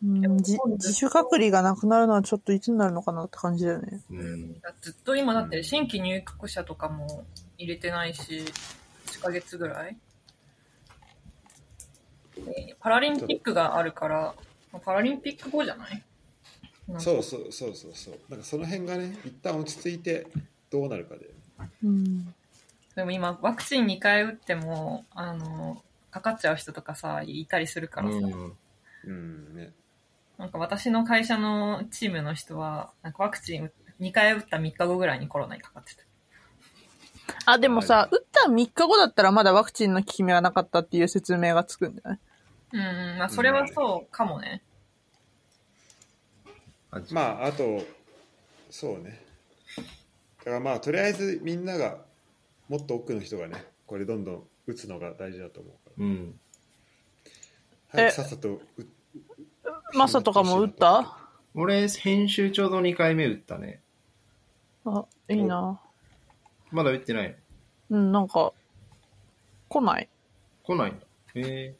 うん、自自主隔離がなくなるのはちょっといつになるのかなって感じだよね。うん。ずっと今だって新規入国者とかも入れてないし、1ヶ月ぐらい。でパラリンピックがあるから、まあパラリンピック後じゃないなんかそうそうそうそうそう。なんかその辺がね、一旦落ち着いてどうなるかで。うん。でも今、ワクチン2回打っても、あの、かかっちゃう人とかさ、いたりするからさ、うん。うんね。なんか私の会社のチームの人は、なんかワクチン2回打った3日後ぐらいにコロナにかかってた。あ、でもさ、打った3日後だったらまだワクチンの効き目はなかったっていう説明がつくんじゃないうんうん、まあそれはそうかもね。あまあ、あと、そうね。だからまあ、とりあえずみんなが、もっと多くの人がね、これどんどん打つのが大事だと思うかうん。ら。早えくさっさと打っマサとかも打った俺、編集ちょうど2回目打ったね。あ、いいな。まだ打ってないのうん、なんか、来ない。来ないんだ。へ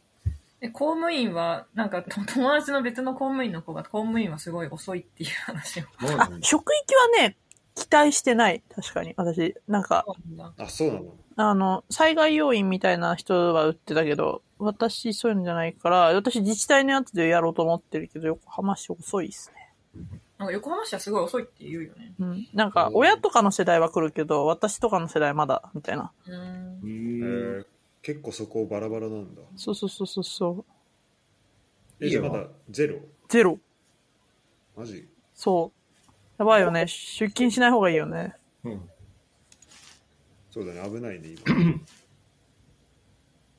で公務員は、なんかと友達の別の公務員の子が公務員はすごい遅いっていう話を。え。ま あ、職域はね、期待してない。確かに。私、なんか、あ、そうなのあの、災害要員みたいな人は売ってたけど、私そういうんじゃないから、私自治体のやつでやろうと思ってるけど、横浜市遅いですね。なんか横浜市はすごい遅いって言うよね。うん。なんか、親とかの世代は来るけど、私とかの世代まだ、みたいな。うんう。えん。ー結構そこバラバラなんだ。そうそうそうそうそう。え、いいじゃよあまだゼロゼロ。マジそう。やばいよね。出勤しない方がいいよね。うん。そうだね、危ないね、今。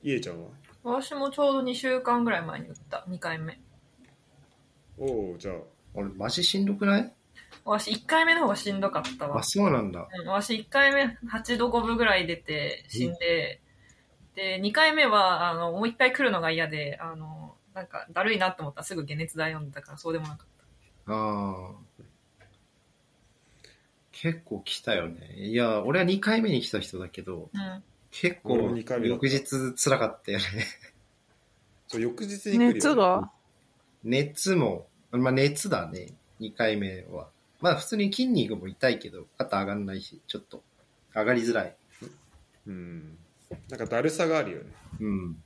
イエちゃんは私もちょうど2週間ぐらい前に打った、2回目。おお、じゃあ、俺、マジしんどくない私1回目の方がしんどかったわあ、。そうなんだ。うん私1回目8度5分ぐらい出て死んで、で、2回目は、あの、もう1回来るのが嫌で、あの、なんか、だるいなと思ったらすぐ解熱剤飲んでたから、そうでもなかっああ。結構来たよね。いや、俺は2回目に来た人だけど、た。うん。結俺構も二回目だっ翌た日辛かったよね。 そう翌日に来るよ、ね。熱が。熱も、まあ熱だね。2回目は。まあ普通に筋肉も痛いけど、肩上がんないし、ちょっと上がりづらい。うん。なんかだるさがあるよね。 うん。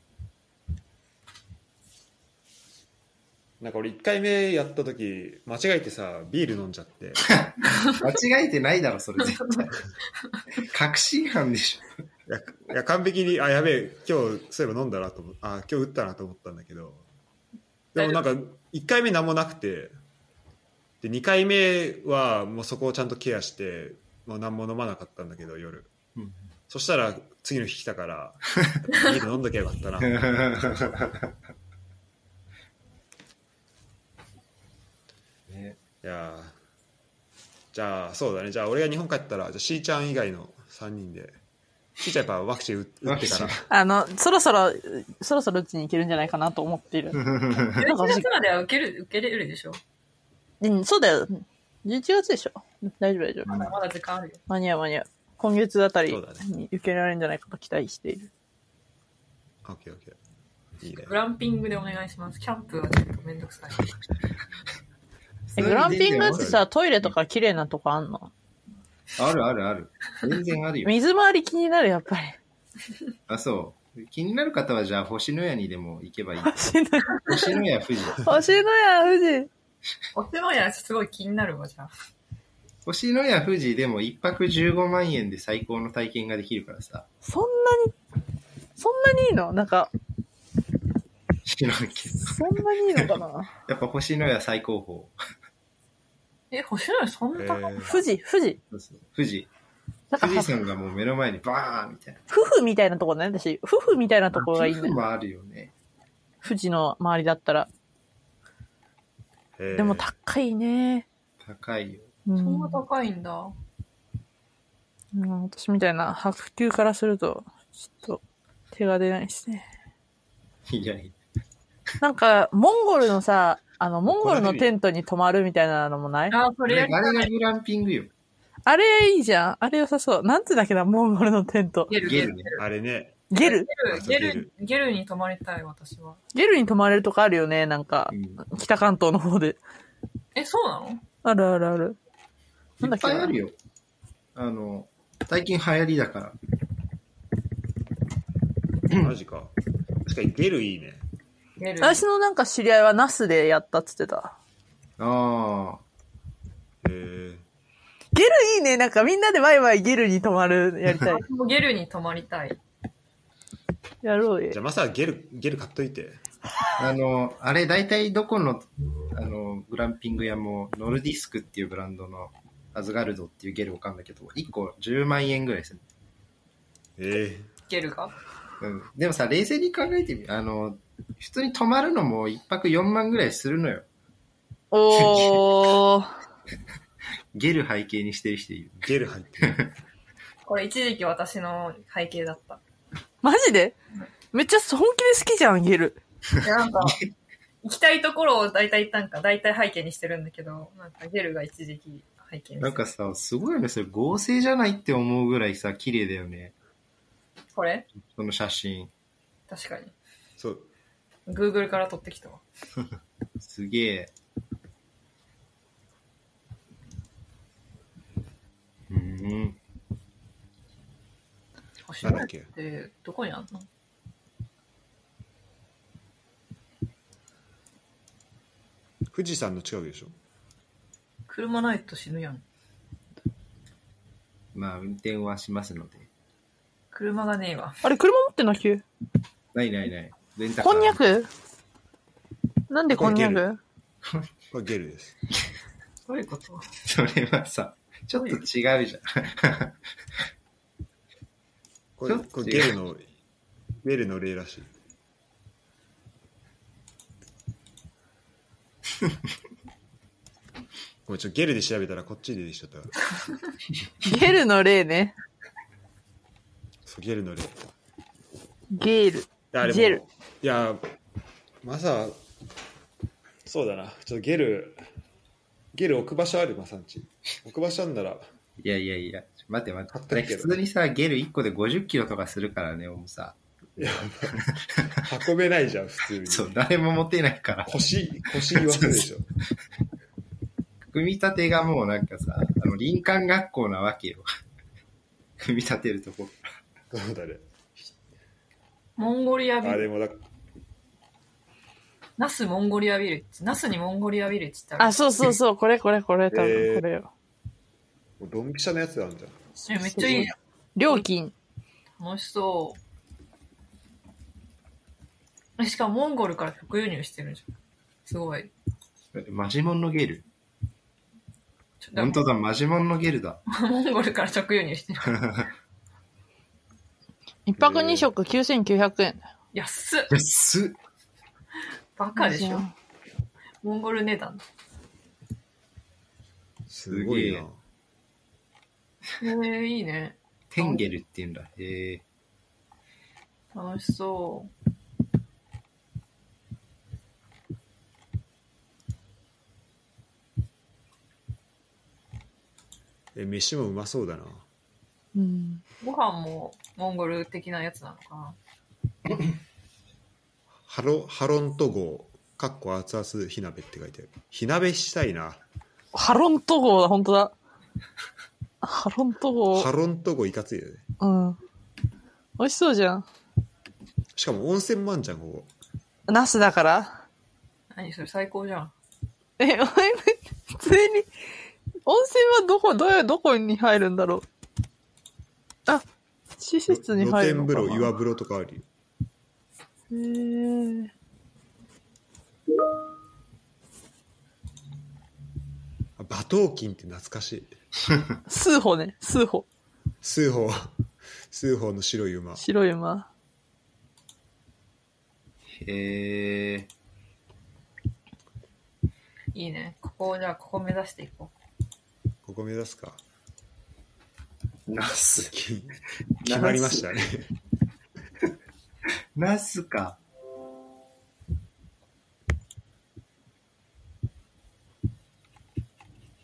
なんか俺1回目やった時間違えてさビール飲んじゃって間違えてないだろ、それ絶 対。確信犯でしいやいや完璧にあやべえ今日そういえば飲んだなと思あ今日打ったなと思ったんだけどでもなんか1回目何もなくてで2回目はもうそこをちゃんとケアしてもう何も飲まなかったんだけど夜ょ。そしたら次の日来たから ビール飲んどきゃよかったなね、いやーじゃあそうだねじゃあ俺が日本帰ったらじゃあしーちゃん以外の3人でしーちゃんやっぱワクチン打打ってからあの、そろそろ、そろそろうちに行けるんじゃないかなと思っている。なんか11私月までは受ける、受けれるでしょ。うん、そうだよ。11月でしょ。大丈夫大丈夫。まだまだ時間あるよ。間に合う間に合う。今月あたりそうだねに受けられるんじゃないかと期待している。オッケーオッケーいいねグランピングでお願いします。キャンプはちょっとめんどくさい。え、 グランピングってさ、トイレとか綺麗なとこあんのあるあるある。全然あるよ。水回り気になる、やっぱり。あ、そう。気になる方は、じゃあ、星のやにでも行けばいい。星の星のや富士。星のや、富士。お世話やすごい気になるわ、じゃあ。星のや富士でも一泊15万円で最高の体験ができるからさ。そんなに、そんなにいいのなんか、知らんけどそんなにいいの かなやっぱ星のや最高え、星野そんな高い、えー富士、富士。峰。富士。なんか富士は、山がもう目の前にバーンみたいな。夫婦みたいなとこね、私。夫婦みたいなとこがいい富ね士。もあるよね。富士の周りだったら。へーでも高いね。高いよ。うんそんな高いんだ。うん、私みたいな白球からすると、ちょっと手が出ないですね。いやいなんか、モンゴルのさ、あの、モンゴルのテントに泊まるみたいなのもないあ、それや。やあれりたがい。グランピングよ。あれいいじゃん。あれ良さそう。なんつうんだっけな、モンゴルのテント。ゲル、ゲゲルルね。あれね、ゲルゲル、ゲルに泊まりたい、私は。ゲルに泊まれるとこあるよね、なんかう。ん北関東の方で。え、そうなのあるあるある。なんいだっっけぱいなあるよ。あの、最近流行りだから。マジか。確かにゲルいいね。ゲル。私のなんか知り合いはナスでやったっつってた。ああ。へーゲルいいね。なんかみんなでワイワイゲルに泊まるやりたい。私もゲルに泊まりたい。やろうよじゃ。あまさゲル、ゲル買っといて。あの、あれ、大体どこの、あの、グランピング屋も、ノルディスクっていうブランドの、アズガルドっていうゲルわかんないけど、1個10万円ぐらいする。えゲルが。うん。でもさ、冷静に考えてみ、あの、普通に泊まるのも1泊4万ぐらいするのよ。おー。ゲル背景にしてる人いる。ー、ゲル入ってる。これ一時期私の背景 だった。マジでめっちゃ本気で好きじゃん、ゲル。でなんか、行きたいところを大体なんか、大体背景にしてるんだけど、なんかゲルが一時期背景になんしてかるさ、すごいよね。それ合成じゃないって思うぐらいさ、綺麗だよね。これその写真。確かに。そう。 Google から撮ってきたわ。すげえ。うん。星な野んだ源っけってどこにあんの富士山の近くでしょ。車ないと死ぬやん。まあ、運転はしますので。車がねえわ。あれ、車持ってんの、キューないないない。レンタカーこんにゃくなんでこんにゃこれくこれゲルです。どういうこと それはさ、ちょっと 違うじゃん。これちょっとこれゲルの、ゲルの例 らしい。ごめん、ちょ、ゲルで調べたらこっちで出てきちゃったから。ゲルの例ね。そう、ゲルの例。ゲール。いや、でもジェルいや、マサ、そうだな。ちょっとゲル、ゲル置く場所ある、マサんち。置く場所あんなら、いやいやいや、待って待買っってて。るけ普ど通にさ、ゲル1個で50キロとかするからね、重さ。いや、運べないじゃん、普通に。 そう、誰も持てないから。 腰、腰言わせるでしょ。組み立てがもうなんかさ、あの、林間学校なわけよ。 組み立てるとこ。そうだね。モンゴリアビあ、ル。でもだ、ナスモンゴリアビレッジ。ナスにモンゴリアビレッジってある。あ、そうそ うそう、これこれこれ、多え分ーこれよ。もうドンピシャのやつあるじゃん。えめっちゃいいじゃ料金。ん。楽しそう。えしかもモンゴルから直輸入してるじゃん。すごい。マジモンのゲル。ちょ本当だ、マジモンのゲルだ。 モンゴルから直輸入してる。一泊二食9900円。安っ安っバカでしょ。モンゴル値段。すごいすげなえ。えー、いいね。テンゲルって言うんだ。へえ。楽しそう。え、飯もうまそうだな。うん。ご飯もモンゴル的なやつなのかなハロ、ハロント号、かっこ熱々火鍋って書いてある。火鍋したいな。ハロント号だ、本当だ。ハロント号ハ。ロント号いかついよね。うん。美味しそうじゃん。しかも温泉もあんじゃん、ここ。ナスだから何それ最高じゃん。え、おい普通に、温泉はどこ、どうどこに入るんだろう。あ、施設に露入る天のか風な。呂、岩風呂とかあるよ。へーあ馬頭琴って懐かしい。数歩ね、数歩。数 歩、数歩の白い馬。白い馬。へえ。いいね。ここをじゃあ、ここ目指していこここ目指すか。ナス。 き決まりましたね。ナスか。う。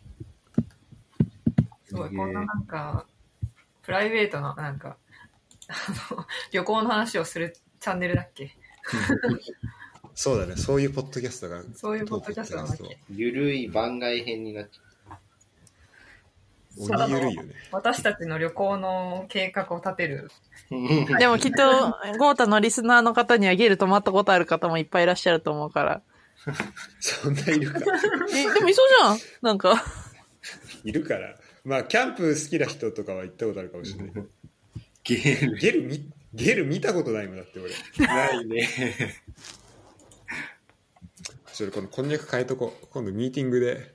すごい、こんななんか、プライベートな、なんか、あの、 旅行の話をするチャンネルだっけそうだね、そういうポッドキャストが。そういうポッドキャストなんだっけゆるい番外編になっちゃ鬼ゆるいよね。私たちの旅行の計画を立てる。 う。でもきっと、ゴータのリスナーの方にはゲル泊まったことある方もいっぱいいらっしゃると思う から。そんない るか。え、でもいそうじゃんなんか。いるから。まあ、キャンプ好きな人とかは行ったことあるかもしれない。ゲームゲル見、ゲル見たことないもんだって俺。ないね。ちょっとこのこんにゃく変えとこう。今度ミーティングで、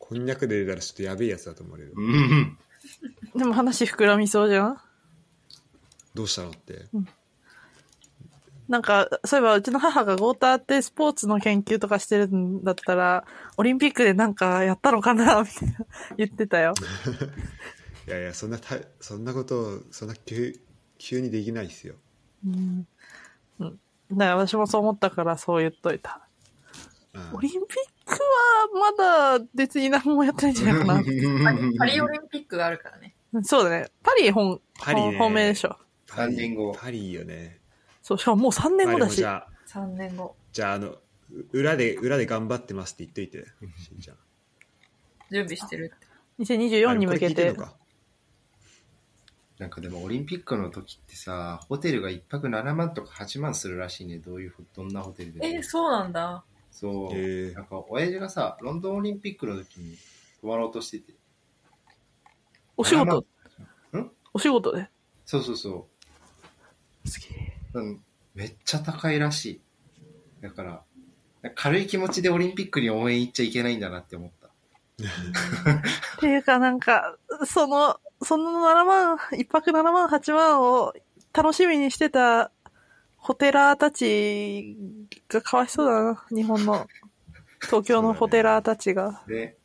こんにゃくで出たらちょっとやべえやつだと思われる。うん。でも話膨らみそうじゃんどうしたのって。なんか、そういえばうちの母がゴーターってスポーツの研究とかしてるんだったら、オリンピックでなんかやったのかなみたいな言ってたよ。いやいや、そんなた、そんなこと、そんな急、急にできないっすよ。うん。うんだから私もそう思ったからそう言っといた。うんオリンピックはまだ別に何もやってないんじゃないかパリオリンピックがあるからね。な。そうだね。パリ本、パリね本命でしょ。パ三年後パリよね。そう、しかももう3年まあ後でだもしじ。ゃあ、 3年後。じゃあ、あの、う裏で、裏で頑張ってますって言っといて。しんちゃん準備してるって。 2024に向けあれてこれ聞いんの。かなんかでもオリンピックの時ってさ、ホテルが一泊7万とか8万するらしいね。どういうホ、どんなホテルでも。えー、そうなんだ。そう。へえなんか親父がさ、ロンドンオリンピックの時に泊まろうとしてて。お仕事、んお仕事で。そうそうそすげえ。う。うんめっちゃ高いらしい。だから、軽い気持ちでオリンピックに応援行っちゃいけないんだなって思った。っていうかなんか、その、その7万、一泊7万、8万を楽しみにしてたホテラーたちがかわいそうだな。日本の、東京のホテラーたちが。で、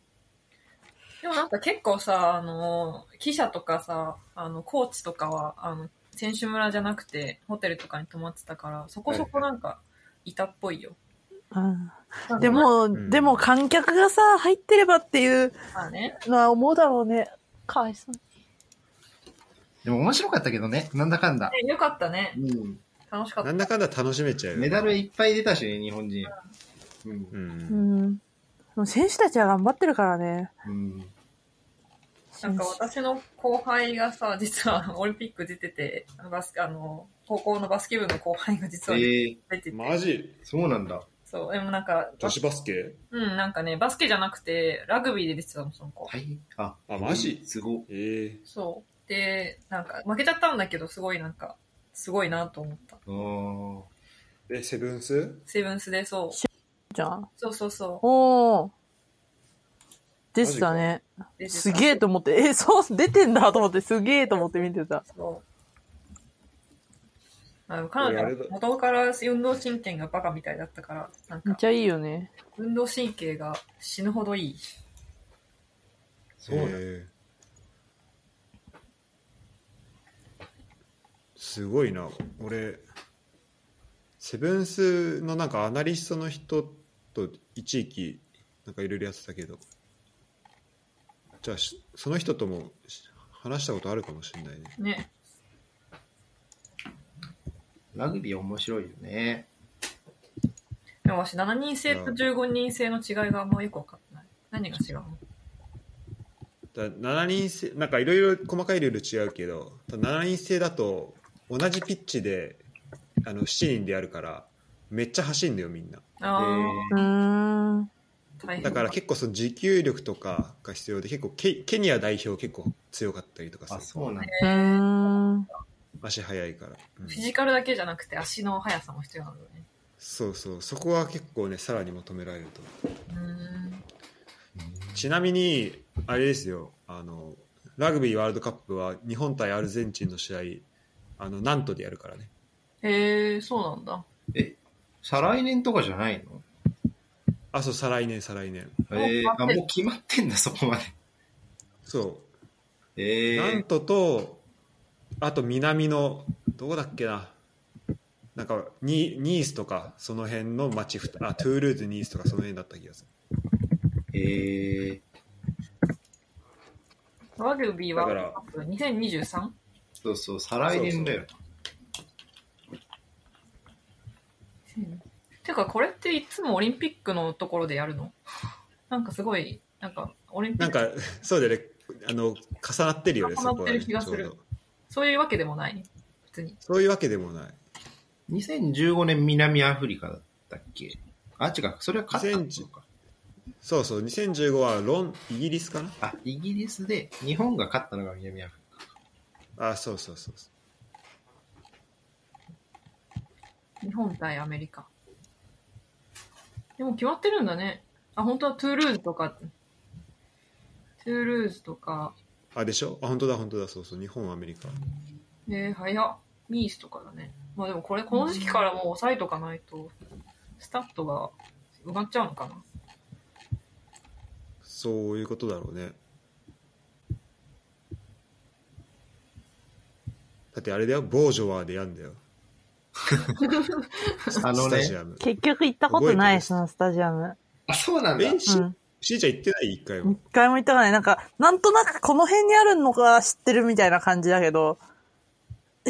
でもなんか結構さ、あの、記者とかさ、あの、コーチとかは、あの、選手村じゃなくて、ホテルとかに泊まってたから、そこそこなんか、いたっぽいよ。うんなんかで、も、んでも観客がさ、入ってればっていうまあね。のは思うだろうね。かわいそう。でも面白かったけどね、なんだかんだ。ねよかったね。うん。楽しかっなた。んだかんだ楽しめちゃうよ。メダルいっぱい出たしね、日本人。うんう。。うんん。でも選手たちは頑張ってるからね。うん。なんか私の後輩がさ、実はあのオリンピック出てて、あのバスケ、あの、高校のバスケ部の後輩が実は出ええてて、マジそうなんだ。そう、でもなんか、女子バスケうん、なんかね、バスケじゃなくて、ラグビーで出てたの、その子。はい。あ、あマジすご。ええそう。で、なんか、負けちゃったんだけど、すごいなんか、すごいなと思った。あーえ、セブンスセブンスで、そう。じゃん。そうそうそおー。でしたね。う出てた。すげえと思って、え、そう、出てんだと思って、すげえと思って見てた。そう。あの彼俺あれだ女、元から運動神経がバカみたいだったから、なんめっか、ちゃいいよね。運動神経が死ぬほどいい。そうなんだええすごいな俺セブンスのなんかアナリストの人と一時期なんかいろいろやってたけどじゃあしその人ともし話したことあるかもしれないねね。ラグビー面白いよね。でも私、7人制と15人制の違いがあんまよくわかってない。何が違うのだ7人制なんかいろいろ細かいルール違うけどただ7人制だと同じピッチであの7人でやるからめっちゃ走んだよみんなあうーん。あ、大変だから結構その持久力とかが必要で結構ケケニア代表結構強かったりとかえーあ、すそうなんだ。うーん。る足速いから、うんフィジカルだけじゃなくて足の速さも必要なんだよね。そうそうそこは結構ねさらに求められるとうーん。ちなみにあれですよあのラグビーワールドカップは日本対アルゼンチンの試合あのナントでやるからねへえ、そうなんだ。え、再来年とかじゃないのあ、そう、再来年、再来年。えー、あ、もう決まってんだ、そこまで。そえう。なんー、とと、あと南の、どこだっけな。なんかニ、ニースとか、その辺の街ふた、あ、トゥールーズ、ニースとか、その辺だった気がする。えー、ラグビーワールドだかカップ 2023? そうそう、再来年だよ。てか、これっていつもオリンピックのところでやるの なんかすごい、なんか、オリンピなッんク、か、そうだよね。あの、重なってるよね、重なそこってるはね気がするちょうどそういうわけでもない。普通に。そういうわけでもない。 2015年南アフリカだったっけあ、違う、それは勝ったのか。そうそう、2015はロン、イギリスかなあ、イギリスで、日本が勝ったのが南アフリあ、そうそうそうそう。日本対アメリカ。でも決まってるんだね。あ、本当はトゥールーズとか、トゥールーズとか、あ、でしょあ、本当だ、本当だ、そうそう、日本、アメリカ。えー、早っ。ミースとかだね。まあでもこれ、この時期からもう抑えとかないと、スタッドが埋まっちゃうのかな。そういうことだろうね。だってあれだよ、ボージョワーでやんだよ。カ。あのスタジね、アム。結局行ったことないです、そのスタジアム。あ、そうなんだ。え、しう、ん。しーちゃん行ってない一回一も。回も行ったことない。なんか、なんとなくこの辺にあるのか知ってるみたいな感じだけど、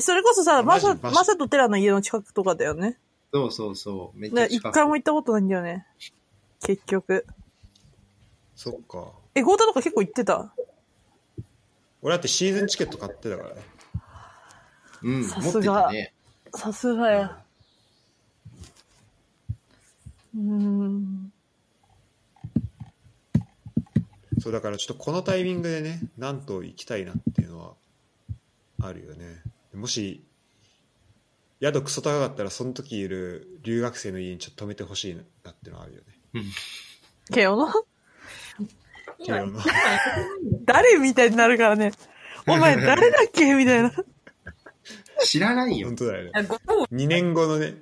それこそさ、ママジサ、マジマサとテラの家の近くとかだよね。そうそうそう。めっちねゃ一近く回も行ったことないんだよね。結局。そっか。え、ゴータとか結構行ってた俺だってシーズンチケット買ってたからね。うん、さ持っすてがたね。さすがや。うーん。そう、だからちょっとこのタイミングでね、なんと行きたいなっていうのはあるよね。もし、宿クソ高かったら、その時いる留学生の家にちょっと泊めてほしいなっていうのはあるよね。けどの慶応の。 誰みたいになるからね。お前誰だっけみたいな。知らな いよ本。当だよね。あご当2年後のね、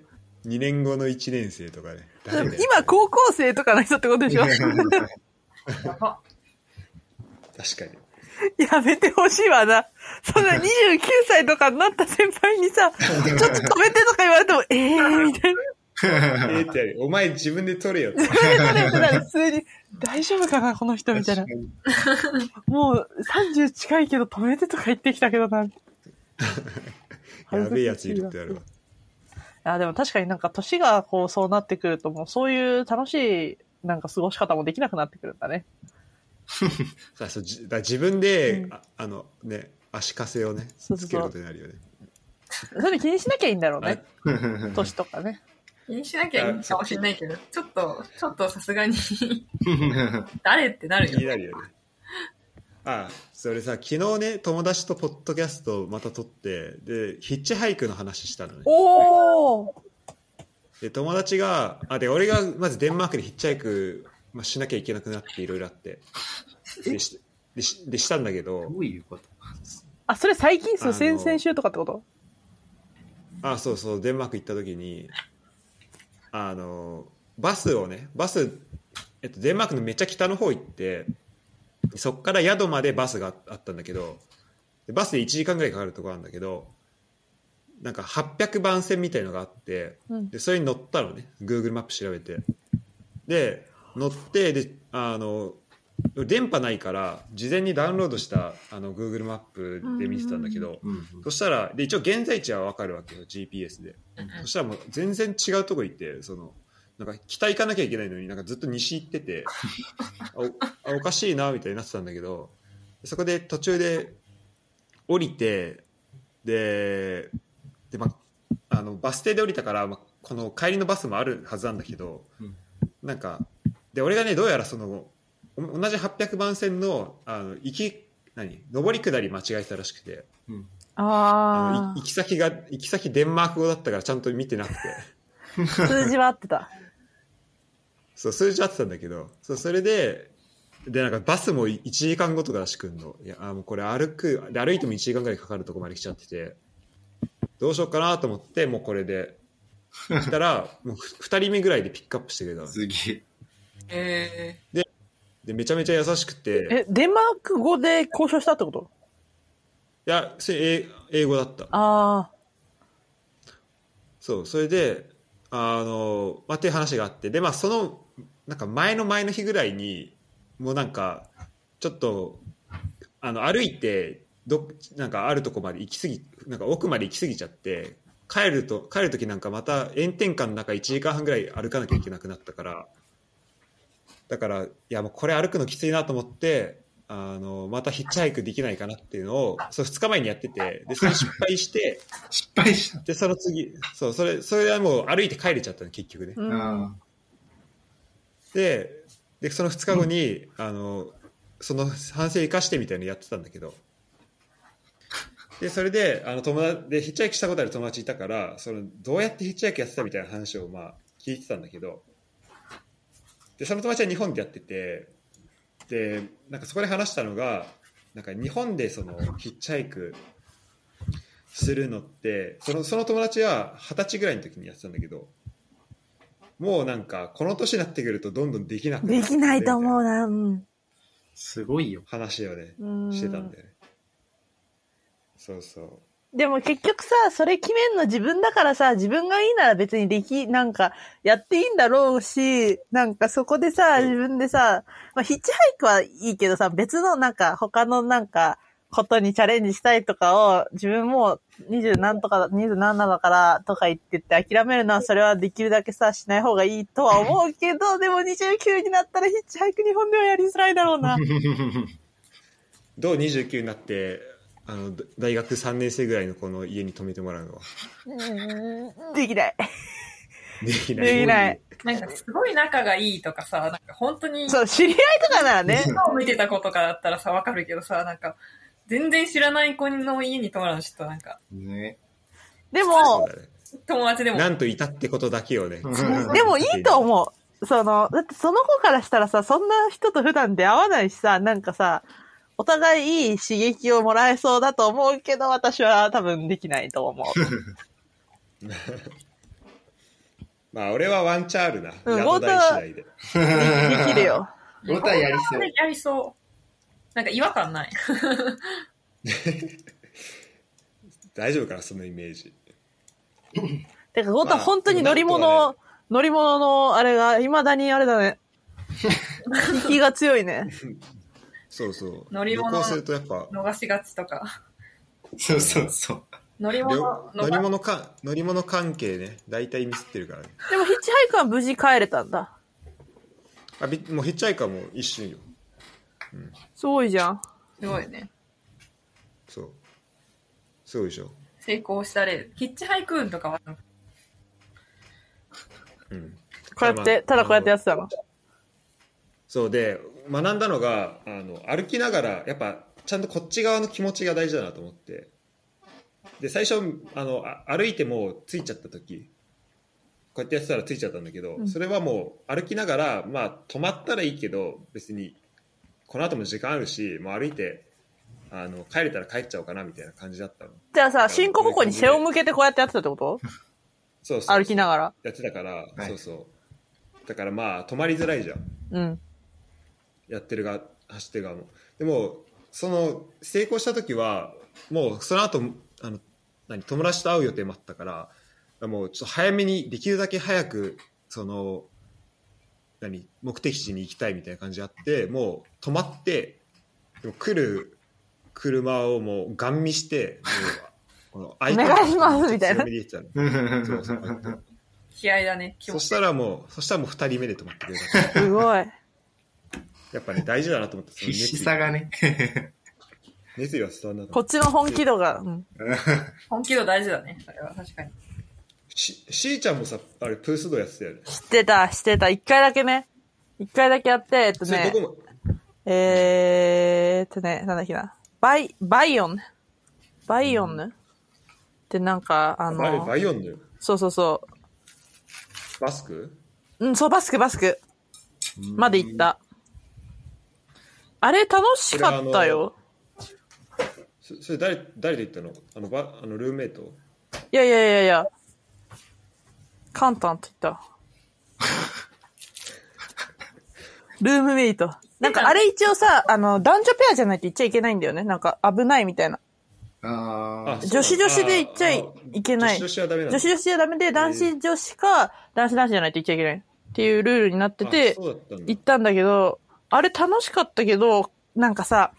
2年後の1年生とかね。誰だよ今高校生とかの人ってことで しょ やば。確かに。やめてほしいわな。そんな29歳とかになった先輩にさ、ちょっと止めてとか言われても、 えーみたいな。 えーってやるお前自分で取れよって。それなら普通に、大丈夫かなこの人みたいな。もう30近いけど止めてとか言ってきたけどな。 やべえやついるってやるわ。いや、でも確かになんか年がこうそうなってくるともうそういう楽しいなんか過ごし方もできなくなってくるんだね。さあそうじだから自分で、うんああのね、足かせをね、そうそつうけることになるよね。それ気にしなきゃいいんだろうね。うん年とかね。気にしなきゃいいのかもしれないけど、ちょっと、ちょっとさすがに、 誰ってなある気によ。なるよね。ああそれさ、昨日ね、友達とポッドキャストをまた撮って、で、ヒッチハイクの話したのね。おおで友達があで俺がまずデンマークでヒッチハイク、まあ、しなきゃいけなくなっていろいろあってでしでしでしたんだけ どどういうことあ、それ最近っすあのよ。先々週とかってことあそうそうデンマーク行った時にあのバスをねバス、えっと、デンマークのめっちゃ北の方行ってそっから宿までバスがあったんだけどでバスで1時間ぐらいかかるとこなんだけどなんか800番線みたいのがあってうん。でそれに乗ったのね Google マップ調べてで乗ってであの電波ないから事前にダウンロードしたあの Google マップで見てたんだけど、うんそしたらで一応現在地は分かるわけよ GPS で、そしたらもう全然違うとこ行ってそのなんか北行かなきゃいけないのになんかずっと西行って てあおあおかしいなみたいになってたんだけどそこで途中で降りてでで、まあ、あのバス停で降りたから、まあ、この帰りのバスもあるはずなんだけど、うんなんかで俺がねどうやらそのお同じ800番線のあの行き何上り下り間違えてたらしくて。あのあい行き先が行き先デンマーク語だったからちゃんと見てな くてあ。数字は合ってた。そう数字合ってたんだけどそうそれででなんかバスも1時間後とからしくんのいやあもうこれ歩くで歩いても1時間ぐらいかかるとこまで来ちゃっててどうしようかなと思ってもうこれで来たら、 もう2人目ぐらいでピックアップしてくれたの。すげえ。えで、めちゃめちゃ優しくて、 え、デンマーク語で交渉したってこといや、それ英英語だった。あそう、それで、あの、まあ、っていう話があって、で、まあ、その、なんか前の前の日ぐらいに、もうなんか、ちょっと、あの、歩いて、ど、なんかあるとこまで行き過ぎ、なんか奥まで行き過ぎちゃって、帰ると、帰るときなんかまた炎天下の中1時間半ぐらい歩かなきゃいけなくなったから、だから、いや、もうこれ歩くのきついなと思って、あの、またヒッチハイクできないかなっていうのを、そう2日前にやってて、で、それ失敗して、失敗した。で、その次、そう、それ、それはもう歩いて帰れちゃったの、結局ねあ。。うん。あで、で、その2日後に、あの、その反省生かしてみたいなのやってたんだけど、で、それで、あの、友達、で、ヒッチハイクしたことある友達いたから、その、どうやってヒッチハイクやってたみたいな話を、まあ、聞いてたんだけど、で、その友達は日本でやってて、で、なんかそこで話したのが、なんか日本でその、ヒッチハイクするのって、その、その友達は二十歳ぐらいの時にやってたんだけど、もうなんか、この年になってくるとどんどんできなくできないと思うう。な。うん。ーすごいよ。話をね、うんしてたんだよね。そうそう。でも結局さ、それ決めんの自分だからさ、自分がいいなら別にでき、なんか、やっていいんだろうし、なんかそこでさ、うん自分でさ、まあ、ヒッチハイクはいいけどさ、別のなんか、他のなんか、ことにチャレンジしたいとかを、自分も二十何とか、二十何なのからとか言ってって諦めるのは、それはできるだけさ、しない方がいいとは思うけど、でも29になったらヒッチハイク日本ではやりづらいだろうな。どう29になって、あの、だ大学3年生ぐらいの子の家に泊めてもらうの は。うんできない。できない。できない。ー、なんかすごい仲がいいとかさ、なんか本当にそう、知り合いとかならね。今見てた子とかだったらさ、わかるけどさ、なんか、全然知らない子の家に泊まるのちょっとなんか、 ね。でそもう、だね友達でも、なんといたってことだけをね。うん でもいいと思う。その、だってその子からしたらさ、そんな人と普段出会わないしさ、なんかさ、お互いいい刺激をもらえそうだと思うけど、私は多分できないと 思う。まあ、俺はワンチャンあるな。うん宿題次第で。できるよ。ボタンやりそう。やりそう。なんか違和感ない。大丈夫かな、そのイメージ。てか、ゴンまタあ本当に乗りなん物、と乗り物のあれが、未だにあれだね。気が強いね。そうそう。乗り物旅行するとやっぱ、逃しがちとか。そうそうそう。乗り旅物、乗逃り物か、乗り物関係ね、大体ミスってるからね。でもヒッチハイクは無事帰れたんだ。あ、びもうヒッチハイカーも一瞬よ。すごいじゃん。すごいね。そう。すごいでしょ。成功した例。ヒッチハイクーンとかは、うん。こうやって、ただこうやってやってたの。そうで学んだのがあの歩きながらやっぱちゃんとこっち側の気持ちが大事だなと思ってで最初あのあ歩いてもうついちゃった時こうやってやってたらついちゃったんだけど、それはもう歩きながらまあ止まったらいいけど別にこの後も時間あるしもう歩いてあの帰れたら帰っちゃおうかなみたいな感じだったのじゃあさ、進行方向に背を向けてこうやってやってたっ てことそうそう歩きながら。やってたから、いそうそうだからまあ止まりづらいじゃんうん。やってる側走ってる側もでもその成功した時はもうその後あの何友達と会う予定もあったからもうちょっと早めにできるだけ早くその何目的地に行きたいみたいな感じあってもう止まってでも来る車をもうガン見してもうこの相手のお願いしますみたいな強めに言ってたのそうそうこうやって気合だね。気そ持しち。たらもうそしたらもう2人目で止まってくれたからすごい。やっぱね大事だなと思ってその 必熱死意さがね。熱意は伝わんなかったこっちの本気度が。うん本気度大事だね。それは確かに。し、しーちゃんもさ、あれ、プースドやってたよね。してた、してた。一回だけね。一回だけやって、えっとそれど、ねこも、えーっとね、なんだっけな。バイ、バイオン。バイオンヌってなんか、ああれ、のバ、イオンのそうそうそバスクう。うん、そう、バスク、バスク。まで行った。あれ、楽しかったよ。そそれ誰、誰で行ったのあの、ば、あの、ルームメイトいやいやいやいや。カンタンって言 った。ルームメイト。なんかあれ一応さ、あの、男女ペアじゃないと言っちゃいけないんだよね。なんか危ないみたいな。あ女子女子で行っちゃいいけない女子女子はダメなんだ女子女子はダメで、男子女子か、男子男子じゃないと言っちゃいけない。っていうルールになってあて、そうだったんだ行ったんだけど、あれ楽しかったけど、なんかさ、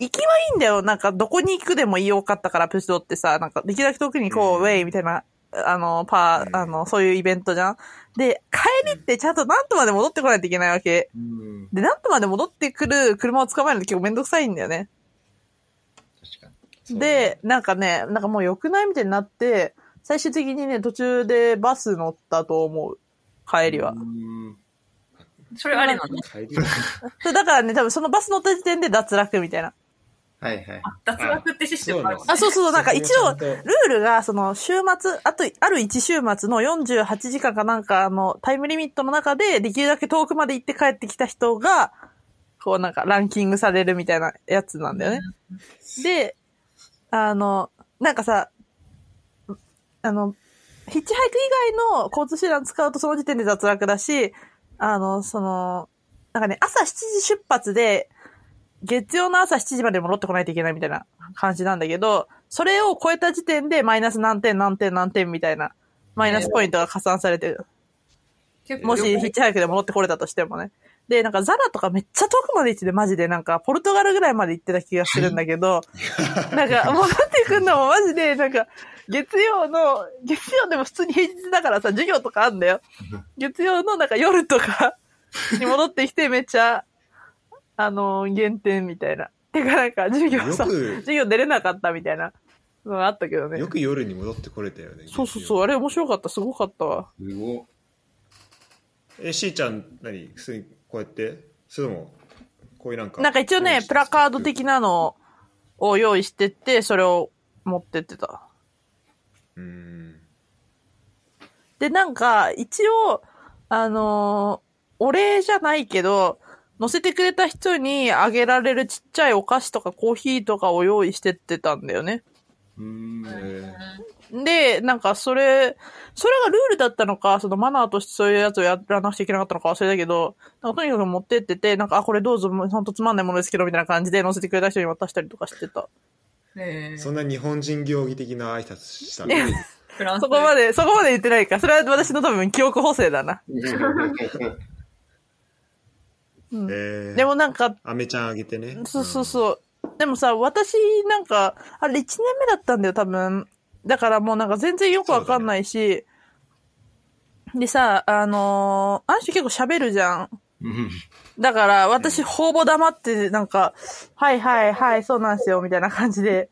行きはいいんだよ。なんか、どこに行くでもよかったから、プスドってさ、なんか、できるだけ遠くに行こう、うんウェイみたいな、あの、パうんー、あの、そういうイベントじゃん。で、帰りってちゃんと何とまで戻ってこないといけないわけ。ーうん。で、何とまで戻ってくる車を捕まえるの結構めんどくさいんだよね。確かに。そうだねで、なんかね、なんかもう良くないみたいになって、最終的にね、途中でバス乗ったと思う。帰りはう。んそれあれなの帰りだそうだからね、多分そのバス乗った時点で脱落みたいな。はいはい。脱落ってシステムあるああ、そうそう、なんか一応、そこもちゃんとルールが、その、週末、あと、ある1週末の48時間かなんか、あの、タイムリミットの中で、できるだけ遠くまで行って帰ってきた人が、こうなんか、ランキングされるみたいなやつなんだよね。で、あの、なんかさ、あの、ヒッチハイク以外の交通手段使うとその時点で脱落だし、あの、その、なんかね、朝7時出発で、月曜の朝7時まで戻ってこないといけないみたいな感じなんだけど、それを超えた時点でマイナス何点何点何点みたいな、マイナスポイントが加算されてる。結構もしヒッチハイクで戻ってこれたとしてもね。で、なんかザラとかめっちゃ遠くまで行ってて、マジでなんか、ポルトガルぐらいまで行ってた気がするんだけ ど、なんか戻ってくんのもマジで、なんか、月曜の、月曜でも普通に平日だからさ、授業とかあんだよ。月曜のなんか夜とかに戻ってきてめっちゃ、あのー減点みたいな。てかなんか、授業さ、よく授業出れなかったみたいなのがあったけどねよ。く夜に戻ってこれたよねそうそうそう、うあれ面白かった、すごかったわ。すごっえしーちゃん何普通にこうやってそれともこういうなんかなんか一応ね、プラカードな的なのを用意してって、それを持ってってた。うーんで、なんか、一応、あのーお礼じゃないけど、乗せてくれた人にあげられるちっちゃいお菓子とかコーヒーとかを用意してってたんだよね。うん。えーで、なんかそれ、それがルールだったのか、そのマナーとしてそういうやつをやらなくちゃいけなかったのか忘れたけど、なんかとにかく持ってってて、なんか、あ、これどうぞ、もうほんとつまんないものですけど、みたいな感じで乗せてくれた人に渡したりとかしてた。えそーんな日本人行儀的な挨拶したのいやフランスそこまで、そこまで言ってないか。それは私の多分記憶補正だな。うんえーでもなんか、アメちゃんあげてねそうそうそう。でもさ、私なんか、あれ1年目だったんだよ、多分。だからもうなんか全然よくわかんないし。でさ、あのー、あの人結構喋るじゃん。うんだから私ほぼ黙って、なんか、はいはいはい、そうなんすよ、みたいな感じで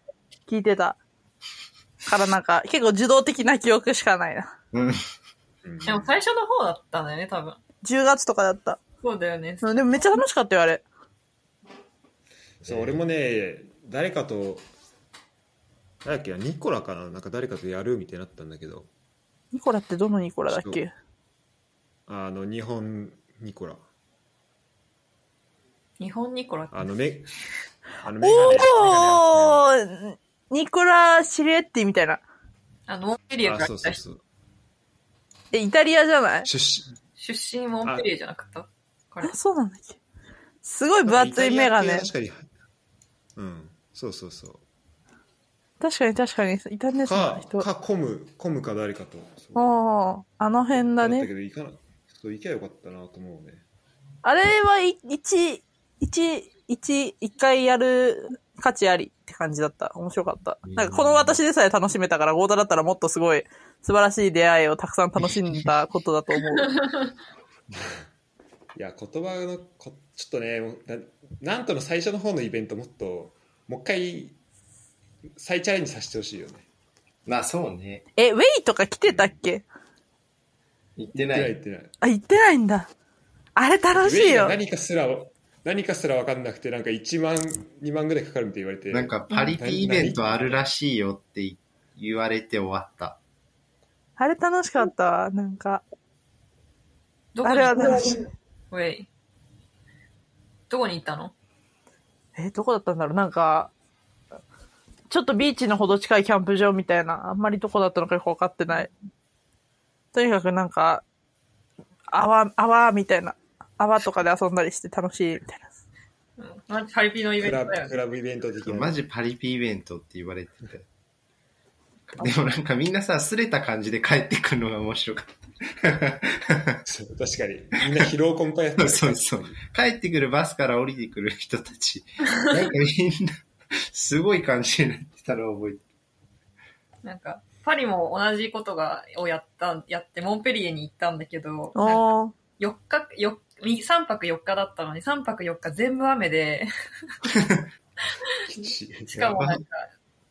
聞いてた。からなんか、結構受動的な記憶しかないな。うんうん、うんでも最初の方だったんだよね、多分。 10月とかだった。そうだよね。うんでもめっちゃ楽しかったよ、あれ。そう俺もね誰かと誰だっけなニコラかななんか誰かとやるみたいになったんだけどニコラってどのニコラだっけあの日本ニコラ日本ニコラって。あのめあのメガネメおーニコラ・シリエッティみたいな。あの、モンペリエガネかあらそう来そたう人。そうえ、イタリアじゃない出身出身モンペリエじゃなかった彼あ、。そうなんだっけすごい分厚いメガネ。確かにうんそうそうそ確かに確かに。イタリアう人のか人。かコムコムか誰かとそうおーあの辺だだったねけ。ど行かなそう行きゃよかったなと思うねあれは、い一、一、一、一回やる価値ありって感じだった。面白かった。なんかこの私でさえ楽しめたから、ゴーダだったらもっとすごい素晴らしい出会いをたくさん楽しんだことだと 思う。いや言葉のこちょっとねもうななんとの最初の方のイベントもっともう一回再チャレンジさせてほしいよねまあそうね。え、ウェイとか来てたっけ言って行っなてない行い。ってないあ、行ってないんだ。あれ楽しいウェイがよ。何かすら何かすら分かんなくてなんか1万2万ぐらいかかるみたいに言われてなんかパリピイベントあるらしいよって言われて終わった。あれ楽しかったわ。なんか、どこあにれ行はったの楽しい。ウェイ。どこに行ったのえ、どこだったんだろうなんか、ちょっとビーチのほど近いキャンプ場みたいな、あんまりどこだったのかよくわかってない。とにかくなんか、泡、泡みたいな、泡とかで遊んだりして楽しいみたいな。うんまあ、パリピのイベクントラブだよクね。ラブイベント的なマジパリピイベントって言われてて。でもなんかみんなさ、擦れた感じで帰ってくるのが面白かった。そう確かにみんな疲労困憊やったそうそう。帰ってくるバスから降りてくる人たち、なんかみんな、すごい感じになってたのを覚えてなんか、パリも同じことが、をやった、やって、モンペリエに行ったんだけど、なんかおー。 4日、よ3泊4日だったのに、3泊4日全部 雨で、るししかもなんか、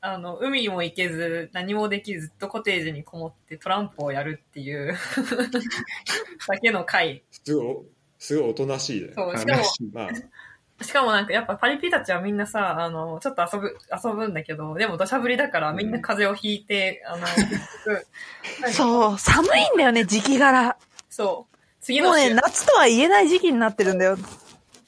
あの、海も行けず、何もできず、ずっとコテージにこもってトランプをやるっていう、 だけの回。すごいすごいおとなしいねそう、しかも悲、しい。 まあしかもなんかやっぱパリピたちはみんなさ、あの、ちょっと遊ぶ、遊ぶんだけど、でも土砂降りだからみんな風邪をひいて、あの、 結局なんかそう、寒いんだよね、時期柄。そう、次ものう週、ね、夏とは言えない時期になってるんだよ。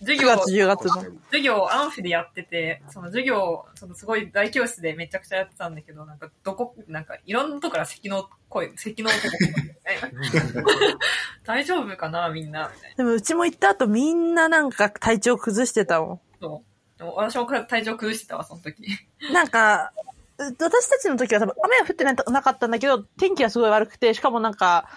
授9業、月、10月の。授業をアンフィでやってて、その授業、そのすごい大教室でめちゃくちゃやってたんだけど、なんかどこ、なんかいろんなとこから咳の声、咳の音が聞こえてね 大丈夫かなみんな、みたいな。でもうちも行った後みんななんか体調崩してたもそう。でも私も体調崩してたわ、その時。ん。なんか、う私たちの時は多分雨は降ってななかったんだけど、天気はすごい悪くて、しかもなんか、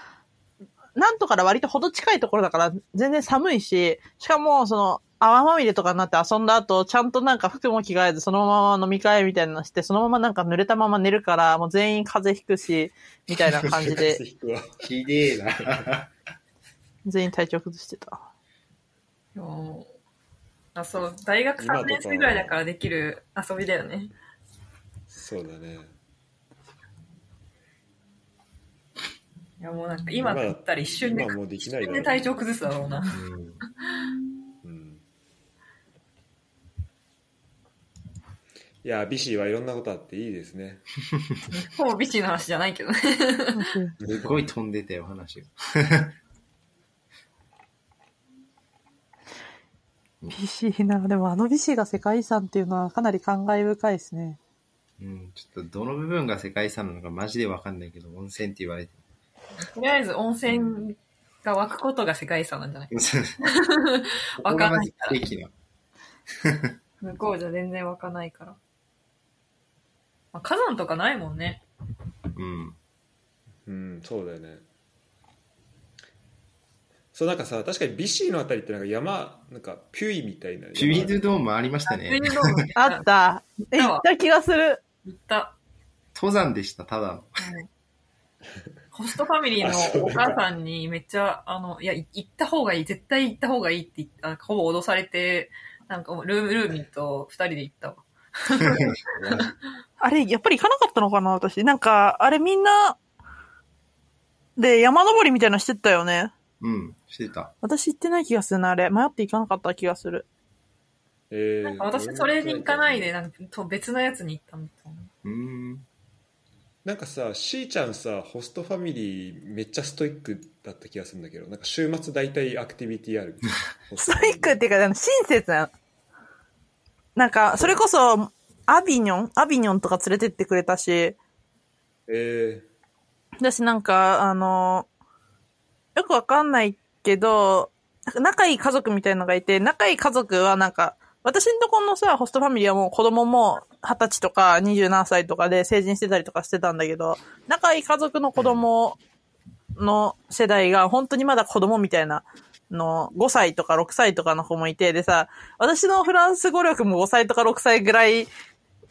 なんとから割とほど近いところだから全然寒いし、しかもその泡まみれとかになって遊んだ後、ちゃんとなんか服も着替えず、そのまま飲み会みたいなのして、そのままなんか濡れたまま寝るから、もう全員風邪ひくし、みたいな感 じで、引くわひでえな。全員体調崩してた。いやーあそう、大学3年生ぐらいだからできる遊びだよね。そうだねいやもうなんか今だったら一瞬で今、もうでき一ないだ瞬ろうで体調崩すだろう な。うんいやビシーはいろんなことあっていいですねほぼビチの話じゃないけどね。すごい飛んでたよ、話が。ビシーな、でもあのビシーが世界遺産っていうのはかなり感慨深いですね。うん、ちょっとどの部分が世界遺産なのかマジでわかんないけど、温泉って言われて。とりあえず温泉が湧くことが世界遺産なんじゃないわわかかんんなないいから。素敵な。向こうじゃ全然湧かないから。まあ、火山とかないもんね。うん。うんそうだよねそうなんかさ確かにビシーのあたりってなんか山なんかピュイみたいな山ピュイドゥドームありました全ね。然どうもねあった。えた行わった気がする。行った。登山でした、ただの。うんホストファミリあそーうのなおんだ母さんにめっちゃ、あの、いや、い行った方がいい、絶対行った方がいいって言った、なんかほぼ脅されて、なんかもうルーム、ルーミーと二人で行ったわ。あれ、やっぱり行かなかったのかな、私。なんか、あれみんな、で、山登りみたいなのしてったよね。うん、してた。私行ってない気がするな、あれ。迷って行かなかった気がする。えなんーか私それに行かないで、なんかと別のやつに行ったみたいな。うーん。なんかさしーちゃんさホストファミリーめっちゃストイックだった気がするんだけどなんか週末大体アクティビティ あるみたいなストイックっていうか、あの親切なの。なんか、それこそ、アビニョンアビニョンとか連れてってくれたし、えだしなんか、あの、よくわかんないけど、なんか仲いい家族みたいのがいて、仲いい家族はなんか、私んとこのさ、ホストファミリーはもう子供も二十歳とか二十何歳とかで成人してたりとかしてたんだけど、仲いい家族の子供の世代が本当にまだ子供みたいな、の、5歳とか6歳とかの子もいて、でさ、私のフランス語力も5歳とか6歳ぐらい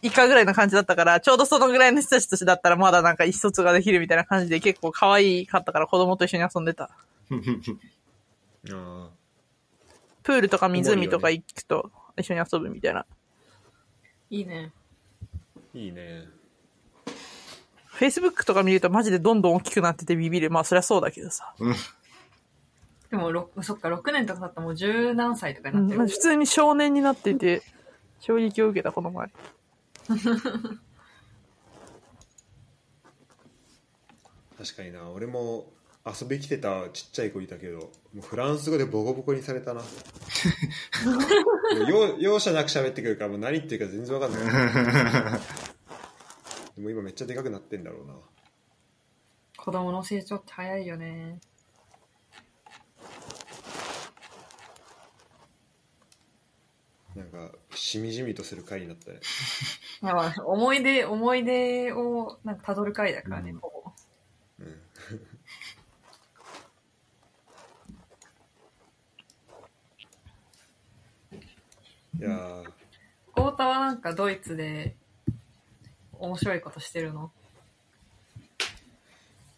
以下ぐらいの感じだったから、ちょうどそのぐらいの人たちとしてだったらまだなんか一卒ができるみたいな感じで結構可愛かったから子供と一緒に遊んでた。ー、ああプールとか湖とか行くと一緒に遊ぶみたいな。いいね。いいね Facebook とか見るとマジでどんどん大きくなっててビビる。まあそりゃそうだけどさ。でも、ろ そっか、6年とか経ったらもう十何歳とかうにんなってまある。普通に少年になっていて、衝撃を受けたこの前。確かにな俺も遊び来てたちっちゃい子いたけどもうフランス語でボコボコにされたなもう容容赦なく喋ってくるからもう何言ってるか全然わかんないでも今めっちゃでかくなってんだろうな子供の成長って早いよね。なんかしみじみとする回になったねいやまあ思い出、思い出をなんか辿る回だからね、うんほぼ。うんいやーゴータはなんかドイツで面白いことしてるの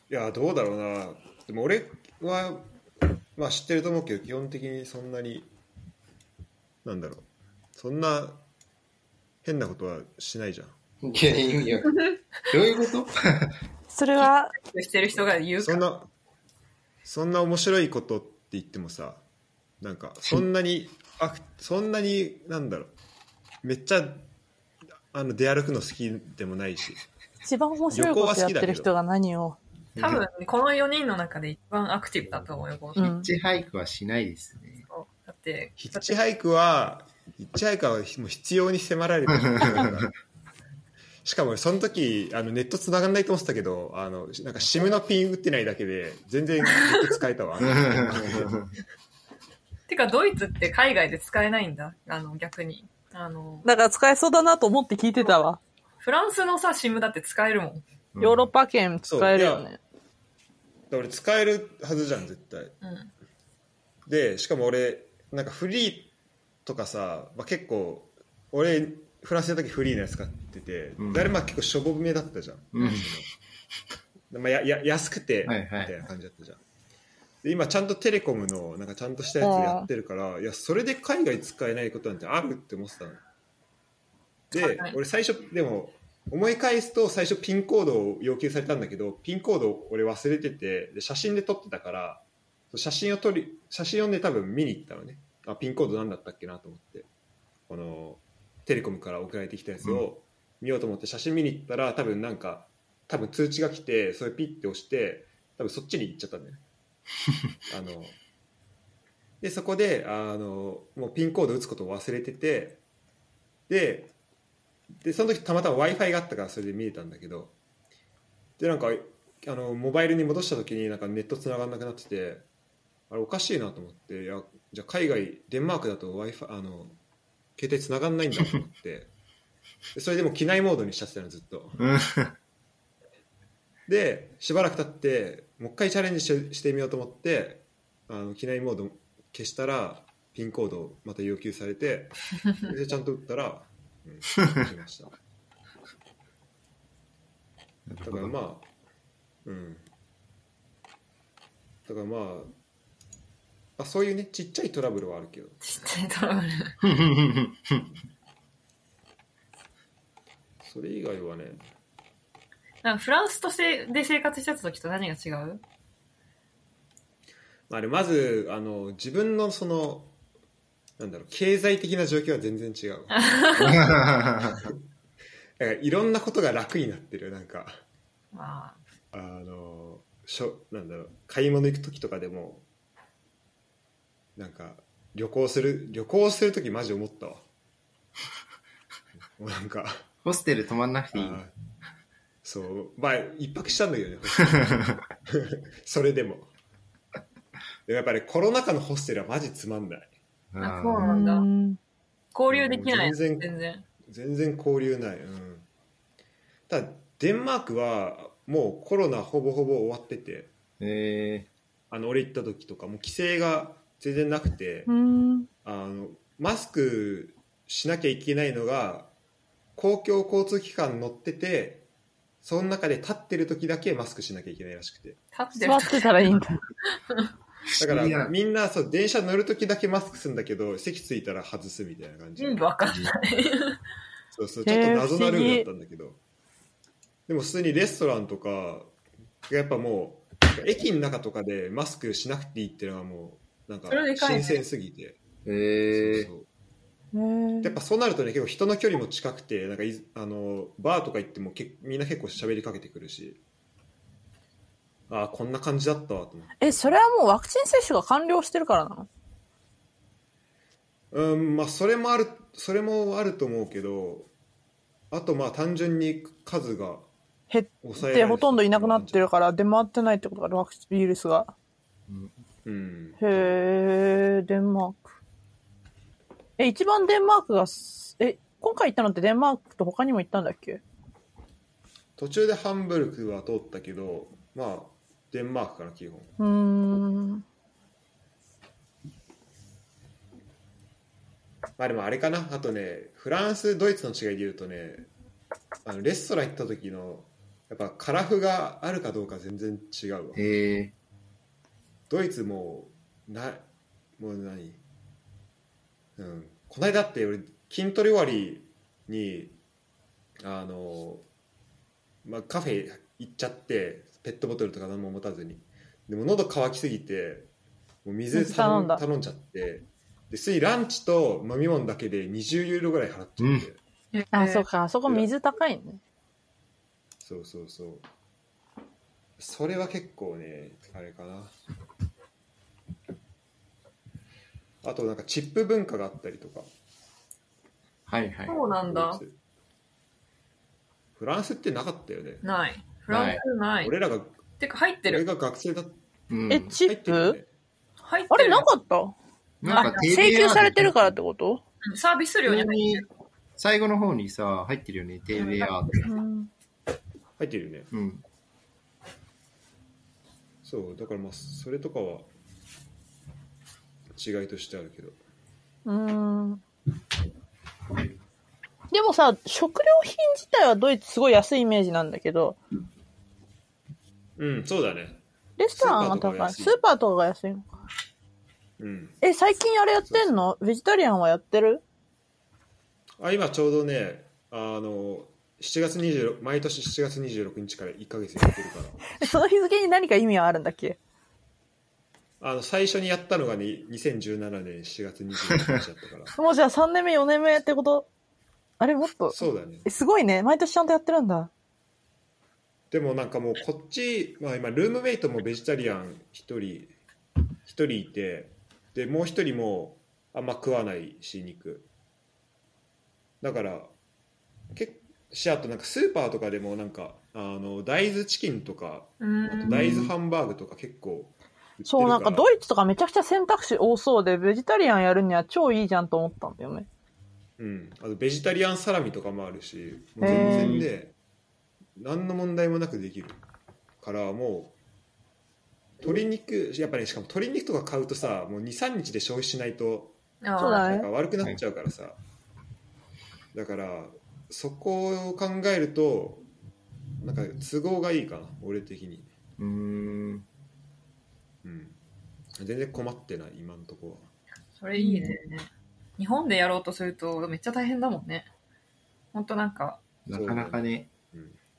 いやーどうだろうなでも俺は、まあ、知ってると思うけど基本的にそんなになんだろうそんな変なことはしないじゃんいや、意味わかんないどういうことそれは、してる人が言うか そんなそんな面白いことって言ってもさなんかそんなにあそんなになんだろうめっちゃあの出歩くの好きでもないし一番面白いことやってる人が何を。多分、この4人の中で一番アクティブだと思うよ、ゴータ。うヒッん。チハイクはしないですね。だって、ヒッチハイクはヒッチハイクはもう必要に迫られてるしかもその時あのネット繋がんないと思ってたけどあのなんか SIM のピン打ってないだけで全然ネット使えたわてかドイツって海外で使えないんだ。あの、逆に。あの、だから使えそうだなと思って聞いてたわ。フランスのさ、シムだって使えるもん。ヨーロッパ圏使えるよね。俺使えるはずじゃん絶対 うん。でしかも俺なんかフリーとかさ、まあ、結構俺フランスの時フリーのやつ使ってて、うん誰も結構しょぼめだったじゃん、うんでまあ、やや安くてみはいはいたいな感じだったじゃん、で今ちゃんとテレコムのなんかちゃんとしたやつやってるからいやそれで海外使えないことなんてあるって思ってたのではい俺最初でも思い返すと最初ピンコードを要求されたんだけどピンコードを俺忘れててで写真で撮ってたから写真を撮り写真をね多分見に行ったのねあピンコード何だったっけなと思ってこのテレコムから送られてきたやつを見ようと思って写真見に行ったら多分なんか多分通知が来てそれピッて押して多分そっちに行っちゃったんだよ ねあのでそこであのもうピンコード打つことを忘れててででその時たまたま w i f i があったからそれで見えたんだけどでなんかあのモバイルに戻した時になんかネット繋がんなくなっててあれおかしいなと思っていやじゃあ海外デンマークだと w i f i あの携帯繋がんないんだと思ってでそれでも機内モードにしちゃってたのずっとうんでしばらく経ってもう一回チャレンジしてしてみようと思ってあの機内モード消したらピンコードをまた要求されてでちゃんと打ったら、うん、来ましただからまあうんだからまああそういうねちっちゃいトラブルはあるけどちっちゃいトラブル。それ以外はねなんかフランスとしてで生活してた時と何が違うまあ、あれまずあの自分のそのなんだろう経済的な状況は全然違うだからいろんなことが楽になってるなんかまあ、あのしょなんだろう買い物行く時とかでもなんか旅行する旅行する時マジ思ったわもうなんかホステル泊まんなくていい。あーそうまあ一泊したんだけどねそれでもでもやっぱりコロナ禍のホステルはマジつまんないあーそうなんだ。ん。交流できない。全全然然。全然交流ない、うん、ただデンマークはもうコロナほぼほぼ終わっててえあの俺行った時とかもう規制が全然なくて、うん。あのマスクしなきゃいけないのが公共交通機関乗っててその中で立ってる時だけマスクしなきゃいけないらしくて立ってる座ってたらいいん だ。だー、か不思議だらなみんなそう電車乗る時だけマスクするんだけど席着いたら外すみたいな感じ意味わかんない。そうそうへちょーっと謎なルールだったんだけど、でも普通にレストランとかやっぱもう駅の中とかでマスクしなくていいっていうのがもうなんかそれでかい新ね鮮すぎて、えーそうへそうーやっぱそうなるとね結構人の距離も近くてなんかいあのバーとか行ってもけみんな結構喋りかけてくるしああこんな感じだったわと思ってえ、それはもうワクチン接種が完了してるからなのうんまあそれもあるそれもあると思うけどあとまあ単純に数が減ってほとんどいなくなってるから出回ってないってことか、ワクチンウイルスが。うんへえ、デンマーク。え、一番デンマークがす、え、今回行ったのってデンマークと他にも行ったんだっけ途中でハンブルクは通ったけどまあデンマークかな基本うーん。まあでもあれかなあとねフランスドイツの違いで言うとねあのレストラン行った時のやっぱカラフがあるかどうか全然違うわへえドイツもうなもう何うんこないだって俺筋トレ終わりにあの、まあ、カフェ行っちゃってペットボトルとか何も持たずにでも喉乾きすぎてもう水水頼頼んんだ頼んじゃってでついランチと飲み物だけで20ユーロぐらい払っちゃって、あ、そうか。あそこ水高いね。そうそうそうそれは結構ねあれかなあとなんかチップ文化があったりとかはいはい。そうなんだ。フランスってなかったよね、ない。フランスない。俺らがてか入って俺る。が学生だっうんえ、チ入っッてるよねプ入ってる。あれ、なかったなんあか請求されてるからってこことうんサービス料に入ってる。最後の方にさ、入ってるよね、テレビアート。うん。入ってるよねうん。そうだからまあそれとかは違いとしてあるけどうーん。でもさ、食料品自体はドイツすごい安いイメージなんだけど、うんそうだねレストランが高い。ススーーパーとかが安いのか。うんえ、最近あれやってんのベジタリアンはやってるあ今ちょうどねあの7月26毎年7月26日から1か月やってるからえその日付に何か意味はあるんだっけあの最初にやったのがね2017年7月26日だったか もうじゃあ3年目、4年目ってことあれもっらと。そうだねえすごいね。毎年ちゃんとやってるんだ。でもなんかもうこっち、まあ、今ルームメイトもベジタリアン1人1人いてでもう1人もあんま食わないし肉だから結しあとなんかスーパーとかでもなんかあの大豆チキンとかうあとん。大豆ハンバーグとか結構売ってるそう、なんかドイツとかめちゃくちゃ選択肢多そうで、ベジタリアンやるには超いいじゃんと思ったんだよね。うん、あとベジタリアンサラミとかもあるしもう全然ね何の問題もなくできるからもう鶏肉やっぱり、ね、しかも鶏肉とか買うとさもう23日で消費しないとあーそうだねなんか悪くなっちゃうからさ、だからそこを考えるとなんか都合がいいかな俺的に、うーん。うん、全然困ってない今のとこはそれいいね。日本でやろうとするとめっちゃ大変だもんね。ほんとなんか、なかなかね。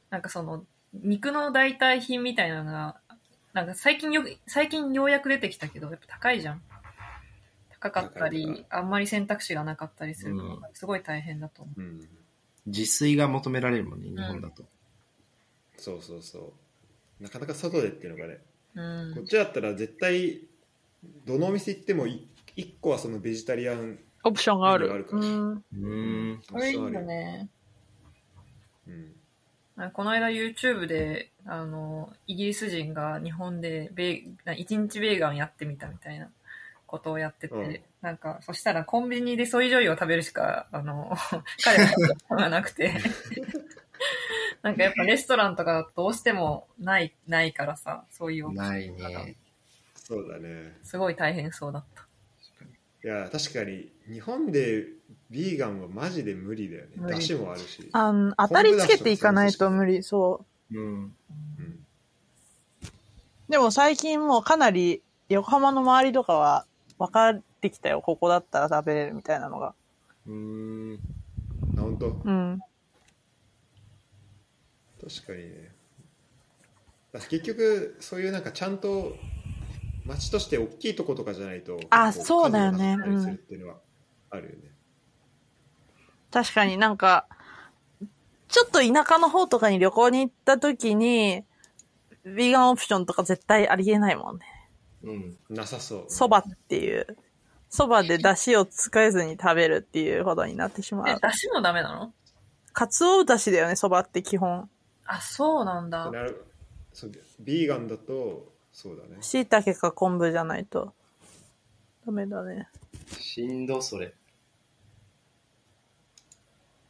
なんかその、肉の代替品みたいなのが、なんか最近よく、最近ようやく出てきたけど、やっぱ高いじゃん。高かった高いり、あんまり選択肢がなかったりするのうんがすごい大変だと思う。うん自炊が求められるもんね、日本だと。そうそうそうなかなか外でっていうのがねうんこっ。ちだったら絶対どのお店行ってもい一個はそのベジタリアンオプションがあメニューあるる。かうらん。うーん。それいいよね。うんなんかこの間 YouTube で、あの、イギリス人が日本でベーな一日ベーガンやってみたみたいなことをやってて、うんなんか、そしたらコンビニでソイジョイを食べるしか、あの、 彼らがなくて、 なんかやっぱレストランとかだとどうしてもない、ないからさ、そういうオプションないね。そうだねすごい大変そうだった。いや確かに日本でビーガンはマジで無理だよね無理だしもあるし、あの、当たりつけていかないと無理。そうん。うん、う。でも最近もうかなり横浜の周りとかは分かってきたよ。ここだったら食べれるみたいなのが。うーん。あ本当うん。確かにねだ結局そういうなんかちゃんと町として大きいとことかじゃないとあ結構そうだよね数がなかったりするっていうのはあるよね、確かになんか、ちょっと田舎の方とかに旅行に行った時に、ヴィーガンオプションとか絶対ありえないもんね。うん。なさそう蕎麦っていう、蕎麦で出汁を使えずに食べるっていうことになってしまえう、。だしもダメなのかつおだしだよね、蕎麦って基本。あ、そうなんだ。なるそうビーガンだとそうだね椎茸か昆布じゃないと。ダメだね。しんど、それ。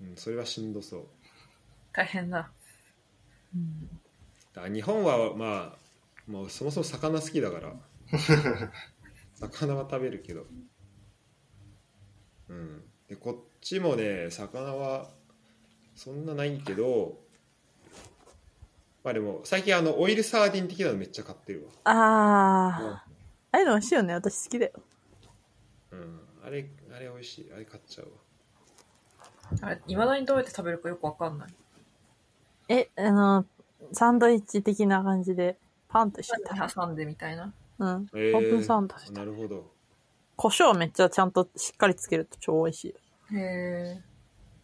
うん、それはしんどそう大変だ。だから日本はまあもうそもそも魚好きだから 魚は食べるけどうんでこっちもね魚はそんなないけどまあでも最近あのオイルサーディン的なのめっちゃ買ってるああ。わ、ああいうの美味しいよね。私好きだよ。うん、あれあれ美味しいあれ買っちゃうわあれ、未だにどうやって食べるかよくわかんない。え、あの、サンドイッチ的な感じで、パンと一緒に食べる挟んでみたいな。うん。えーオープンサンドして。なるほど胡椒めっちゃちゃんとしっかりつけると超美味しいよ。へ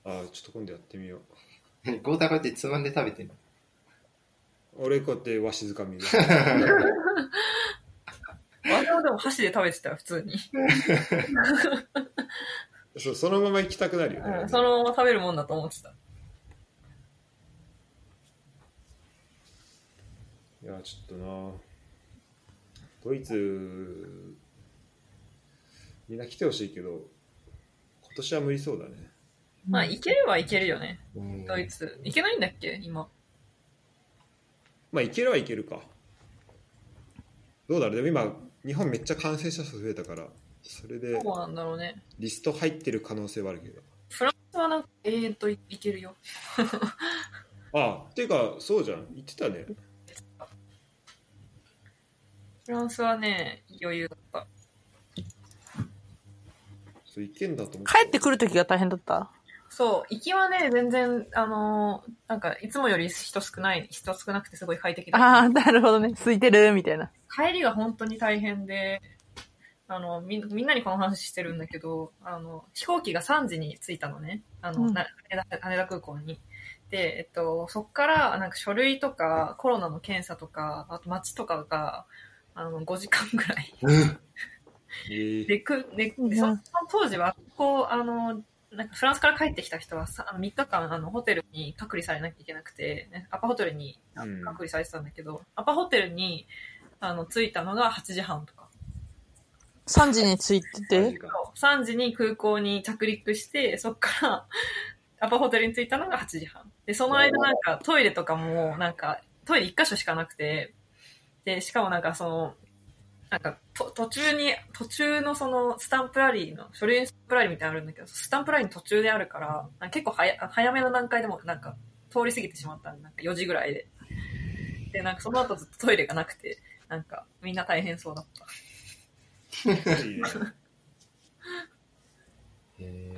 え。あちょっと今度やってみようゴータこうやってつまんで食べてる俺こうやってわしづか みであれはでも箸で食べてたよ、普通に。そうそのまま行きたくなるよね、うん、そのまま食べるもんだと思ってた。いやちょっとなドイツみんな来てほしいけど今年は無理そうだねまあ、いければいけるよね、の。うんドイツ。いけないんだっけ、今。まあいけるはいけるかどうだろうでも今日本めっちゃ感染者数増えたからそれでどうなんだろうね。リスト入ってる可能性はあるけどフランスはなんか永遠といいけるよ。あっていうかそうじゃん言ってたねフランスはね、余裕だった。そういけんだと思帰ってくるときが大変だったそう、行きはね、全然、あのーなんか、いつもより人少ない、人少なくてすごい快適だああ、なるほどね。空いてるみたいな。帰りが本当に大変で、あの、みんみんなにこの話してるんだけど、あの、飛行機が3時に着いたのね。あの、うんな羽田羽田空港に。で、えっと、そっから、なんか書類とか、コロナの検査とか、あと街とかが、あの、5時間ぐらい。えーで、く、で、うんでその当時は、こう、あの、なんかフランスから帰ってきた人はさ、あの3日間、あの、ホテルに隔離されなきゃいけなくて、ね、アパホテルにあうん隔離されてたんだけど、アパホテルに、あの、着いたのが8時半とか。 3時に着いてマジて。か3時に空港に着陸して、そっから アパホテルに着いたのが8時半。で、その間なんかトイレとかも、なんかトイレ1箇所しかなくて、で、しかもなんかその、なんかと途中に、途中のそのスタンプラリーの、書類のスタンプラリーみたいなのあるんだけど、スタンプラリーの途中であるから、なんか結構早早めの段階でもなんか通り過ぎてしまったんで、なんか4時ぐらいで。で、なんかその後ずっとトイレがなくて、なんかみんな大変そうだった。いいねへ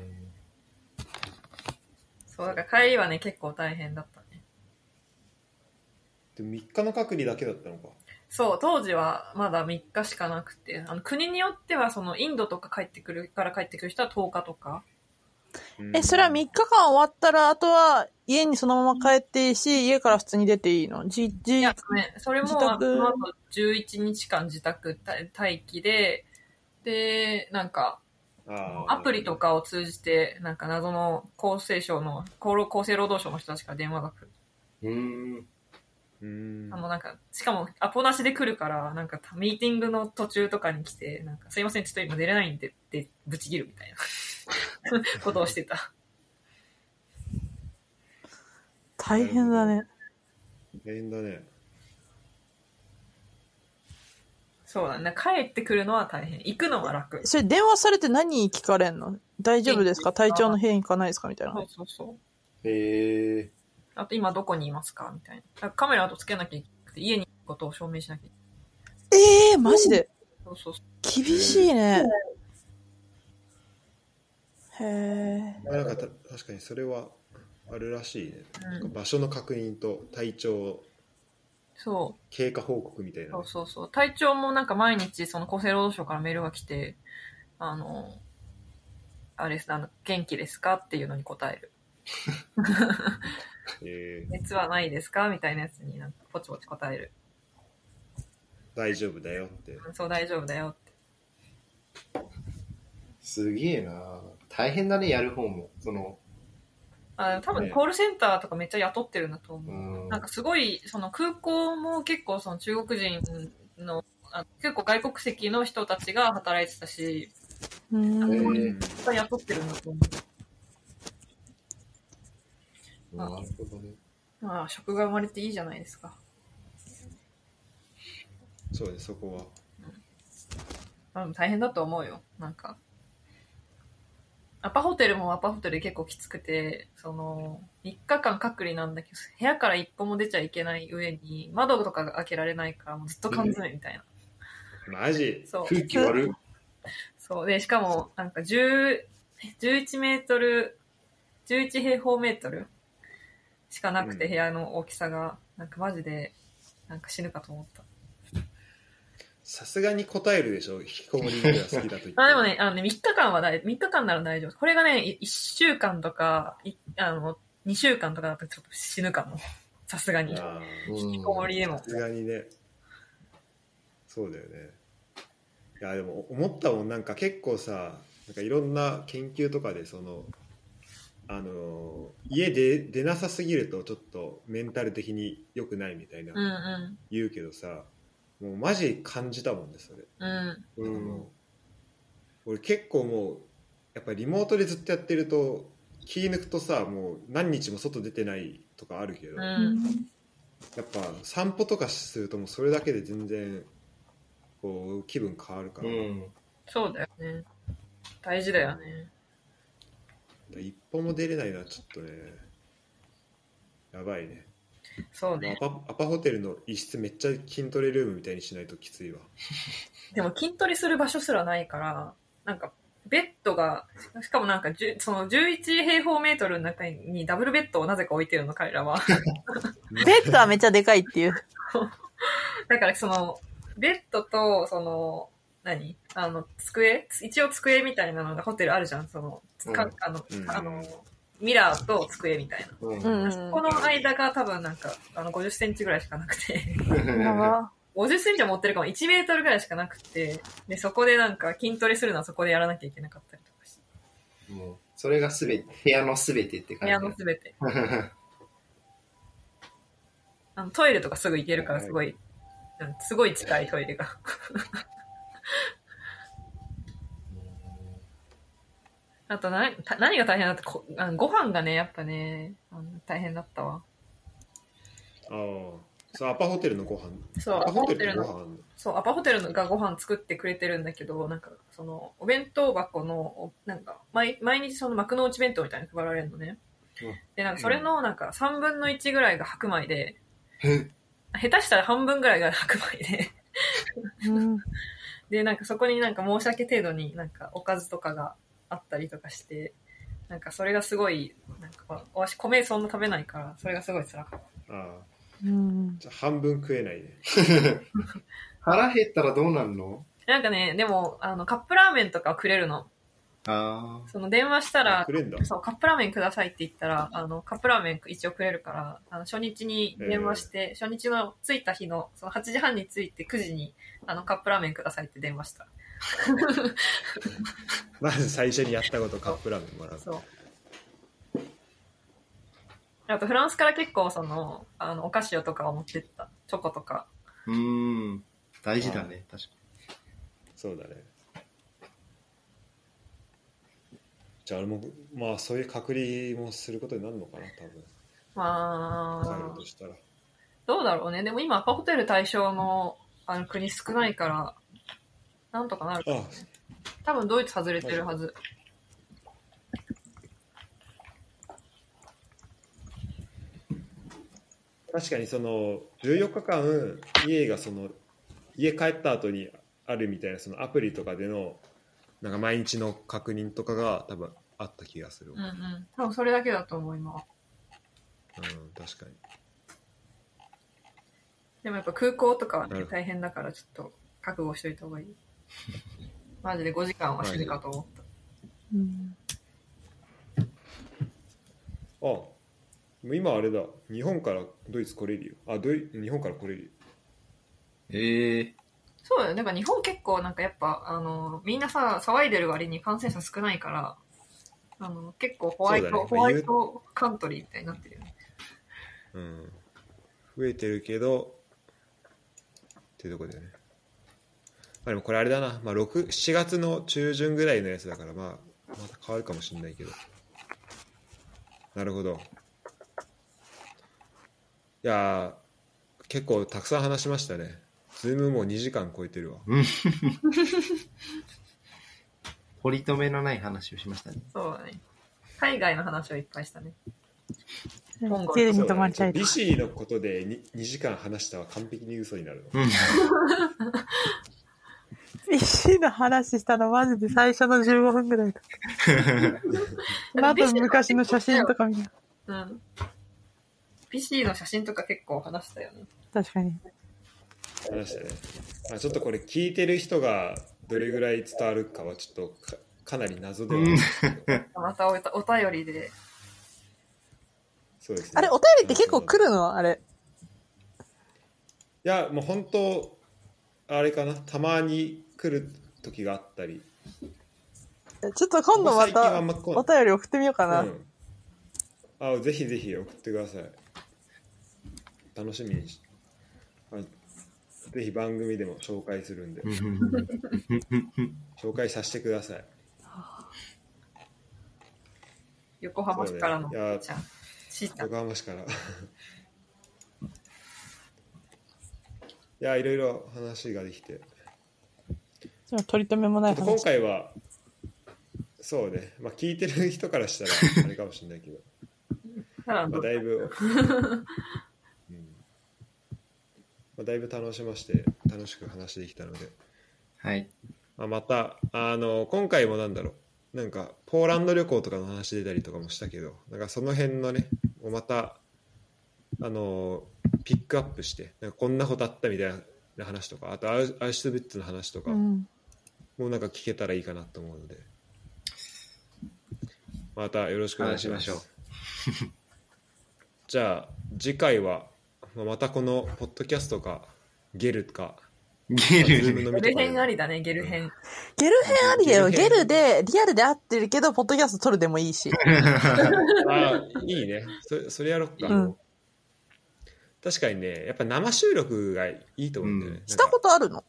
ーそう、だから帰りはね、結構大変だったね。でも3日の隔離だけだったのかそう、当時はまだ3日しかなくて、あの国によってはそのインドとか帰ってくるから帰ってくる人は10日とか。うんえ、それは3日間終わったら、あとは家にそのまま帰っていいし、家から普通に出ていいのじ、いじや、、ね、それも、自宅あその後11日間自宅待待機で、で、なんか、あーアプリとかを通じて、なんか謎の厚生省の、厚労厚生労働省の人たちから電話が来る。うーん。うんあの、なんか、しかも、アポなしで来るから、なんか、ミーティングの途中とかに来て、なんか、すいません、ちょっと今出れないんでって、ぶち切るみたいな ことをしてた。大変だね。大変だねそうだね。帰ってくるのは大変。行くのは楽。それ電話されて何聞かれんの大丈夫ですか体調の変化ないですかみたいそなう。そうそう。へえ。あと今どこにいますかみたいな。だからカメラとつけなきゃいけなくて、家にいることを証明しなきゃいけない。ええー、マジでそうそうそ厳う。しいね。へえ。まあなんかた確かにそれはあるらしいね、うんなんか場所の確認と体調そ経過報告みたいうなそねうそうそう。体調もなんか毎日、その厚生労働省からメールが来て、あの、あれです、あの、元気ですかっていうのに答える。え熱はないですかみたいなやつになんかポチポチ答える。ー大丈夫だよってうんそう大丈夫だよって。すげえな。大変だね、やる方も。その、あ多分コールセンターとかめっちゃ雇ってるんだと思う。うんなんかすごい、その空港も結構その中国人の、あ結構外国籍の人たちが働いてたし、うんえいーっぱい雇ってるんだと思なるほどね。う。まあ、職が生まれていいじゃないですか。そうですそこはまあ、大変だと思うよ。なんか。アパホテルもアパホテルで結構きつくて、その、3日間隔離なんだけど、部屋から一歩も出ちゃいけない上に、窓とかが開けられないから、もうずっと缶詰みたいな。マジそう。空気悪い。そう。で、しかも、なんか10、11メートル、11平方メートルしかなくて、うん部屋の大きさが、なんかマジで、なんか死ぬかと思った。さすがに答えるでしょ引きこもりのが好きだと言 ってあでもね、あのね、3日間はだい、3日間なら大丈夫。これがね、1週間とか、いあの、2週間とかだとちょっと死ぬかも。さすがに。あうーん引きこもりでもさ。すがにねそうだよねいやでも思ったもんなんか結構さなんかいろんな研究とかでそのあの家で出なさすぎるとちょっとメンタル的に良くないみたいな、うんう言うけどさもうマジ感じたもんねそれ、ん。うん。あの俺結構もうやっぱリモートでずっとやってると気抜くとさもう何日も外出てないとかあるけど、うやん。っぱ散歩とかするともうそれだけで全然こう気分変わるから,、うん。そうだよね。大事だよね。一歩も出れないのはちょっとねやばいねそうアね。パアパホテルの一室めっちゃ筋トレルームみたいにしないときついわでも筋トレする場所すらないから、なんか、ベッドが、しかもなんかじゅ、その11平方メートルの中にダブルベッドをなぜか置いてるの、彼らは。 ベッドはめっちゃでかいっていう。だからその、ベッドと、その、何あの、机一応机みたいなのがホテルあるじゃん、その、かうんあの、うんあの、ミラーと机みたいな。うん。う。うん この間が多分なんか、あの、50センチぐらいしかなくて、 やば50センチは持ってるかも、1メートルぐらいしかなくて、で、そこでなんか筋トレするのはそこでやらなきゃいけなかったりとかして、もうそれがすべて、部屋のすべてって部屋感じのすべて。だ。あの、トイレとかすぐ行けるから、すごい、うんすごい近いトイレが。 あとな、た何が大変だって、こあのご飯がね、やっぱね、あの大変だったわ。ああそうアパホテルのご飯そうアパホテルのアごパ飯あんのそう、アパホテルがご飯作ってくれてるんだけど、なんか、その、お弁当箱の、おなんか、毎毎日その幕の内弁当みたいに配られるのねうん。で、なんかそれの、なんか、3分の1ぐらいが白米で、 え下手したら半分ぐらいが白米で、うん。で、なんかそこになんか申し訳程度になんかおかずとかがあったりとかして、なんかそれがすごい、なんか、わし米そんな食べないから、それがすごい辛かった。ああうん。じゃあ半分食えないね腹減ったらどうなんのなんかね、でも、あの、カップラーメンとかくれるの。あその電話したらく、れんだそう、カップラーメンくださいって言ったら、あの、カップラーメン一応くれるから、あの、初日に電話して、初日の着いた日の、その8時半に着いて9時に、あの、カップラーメンくださいって電話した。まず最初にやったことカップラーメンもらうそう。あと、フランスから結構、その、あの、お菓子をとかを持ってった。チョコとか。あ。うん。大事だね、確かそうだねじゃああれもまあそういう隔離もすることになるのかなま多分帰るあと、したらどうだろうね。でも今、アパホテル対象の、あの、国少ないから、なんとかなる。あ多分、ドイツ外れてるはず。確かにその14日間家がその家帰った後にあるみたいなそのアプリとかでのなんか毎日の確認とかが多分あった気がする、うんうん。多分、それだけだと思います。うん、確かにでもやっぱ空港とかはねうん大変だから、ちょっと、覚悟しといた方がいい。マジで5時間は死ぬかと思った。あもう今あれだ日本からドイツ来れるよあドイ日本から来れるよに。ええ。そうだよ。なんか日本結構なんかやっぱ、あの、みんなさ、騒いでる割に感染者少ないから、あの、結構ホワイト、そうだねホワイトカントリーみたいになってるよね。うん、増えてるけどっていうとこだよね、まあ、でもこれあれだな、まあ、6 7月の中旬ぐらいのやつだから、まあ、また変わるかもしれないけどなるほどいやー結構たくさん話しましたねズームもう2時間超えてるわ取り留めのない話をしましたね。そうだね。海外の話をいっぱいしたね。本郷一人に泊まりたいとビ。シーのことで 2, 時間話したは完璧に嘘になるの うん。 ビシの話したのマジで最初の15分ぐらいだ。あと昔の写真とか見なうん。PC の写真とか結構話したよね。確かに。話したね、まあ、ちょっとこれ聞いてる人がどれぐらい伝わるかはちょっとかかなり謎ではあるんですけどまたおたお便りで。そうですねあれ、お便りって結構来るのあれ。いやもう本当あれかなたまに来る時があったりちょっと今度ま最近はあたんま来ないお便り送ってみようかな。うん、あぜひぜひ送ってください楽しみにしあぜひ番組でも紹介するんで紹介させてください横浜市からのそうだねいやちゃん。しーちゃん。横浜市からいやいろいろ話ができてちょっと取り留めもない今話。回はそうね、まあ、聞いてる人からしたらあれかもしれないけど、ただまあ、のだいぶ、うんまあ、だいぶ楽しまして楽しく話できたので、はい。まあ、またあの今回もなんだろうなんかポーランド旅行とかの話出たりとかもしたけどなんかその辺のねをまたあのピックアップしてなんかこんなことあったみたいな話とかあとアウアウシュトビッツの話とか、うん。もうなんか聞けたらいいかなと思うのでまたよろしくお願いします話しましょ じゃあ次回はまあまたこのポッドキャストかゲルかゲズームル。のゲみルとか編あでりだね、ゲル編。ゲル編ありだよ。ゲゲルルで、リアルで会ってるけど、ポッドキャスト撮るでもいいし。あーいいねそそれやろっか、 うん確かにねやっぱ生収録がいいと思うんだよね、うんしたことあるのと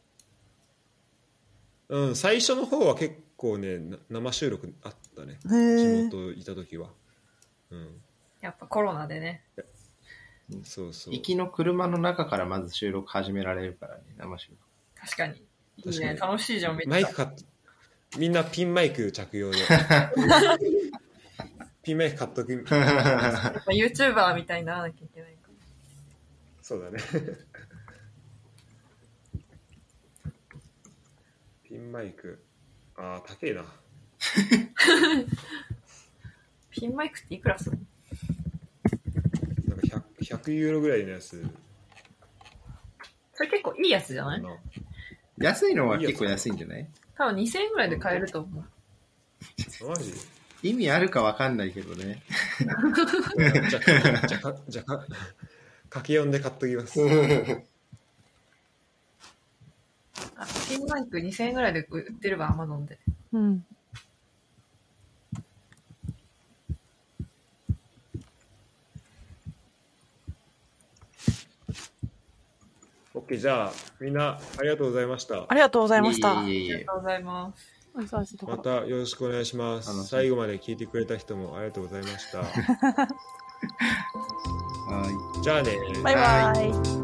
うん最初の方は結構ねな生収録あったね地へえ。元いた時はうんやっぱコロナでね。そうそう行きの車の中からまず収録始められるからね、生収録。確かに。いい確かね。に楽しいじゃん、めっマイちゃク。買ってみんなピンマイク着 用でピンマイク買っとくやっぱ YouTuber みたいにならなきゃいけないかそうだねピンマイクああ高えなピンマイクっていくらするなのんか 100, 100ユーロぐらいのやつそれ結構いいやつじゃあないの 安いのは結構安いんじゃない多分2000円ぐらいで買えると思う。マジ意味あるかわかんないけどね。 じゃあじゃあかじゃあかかけ読んで買っときますあピンマイク2000円ぐらいで売ってれば Amazon で。うん。 OK じゃあみんなありがとうございましたありがとうございました。いえいえいえあいりえがとうございます。お忙しいとこまろ。たよろしくお願いしま楽しすみ最後まで聞いてくれた人もありがとうございましたはい。じゃあねバイバイ。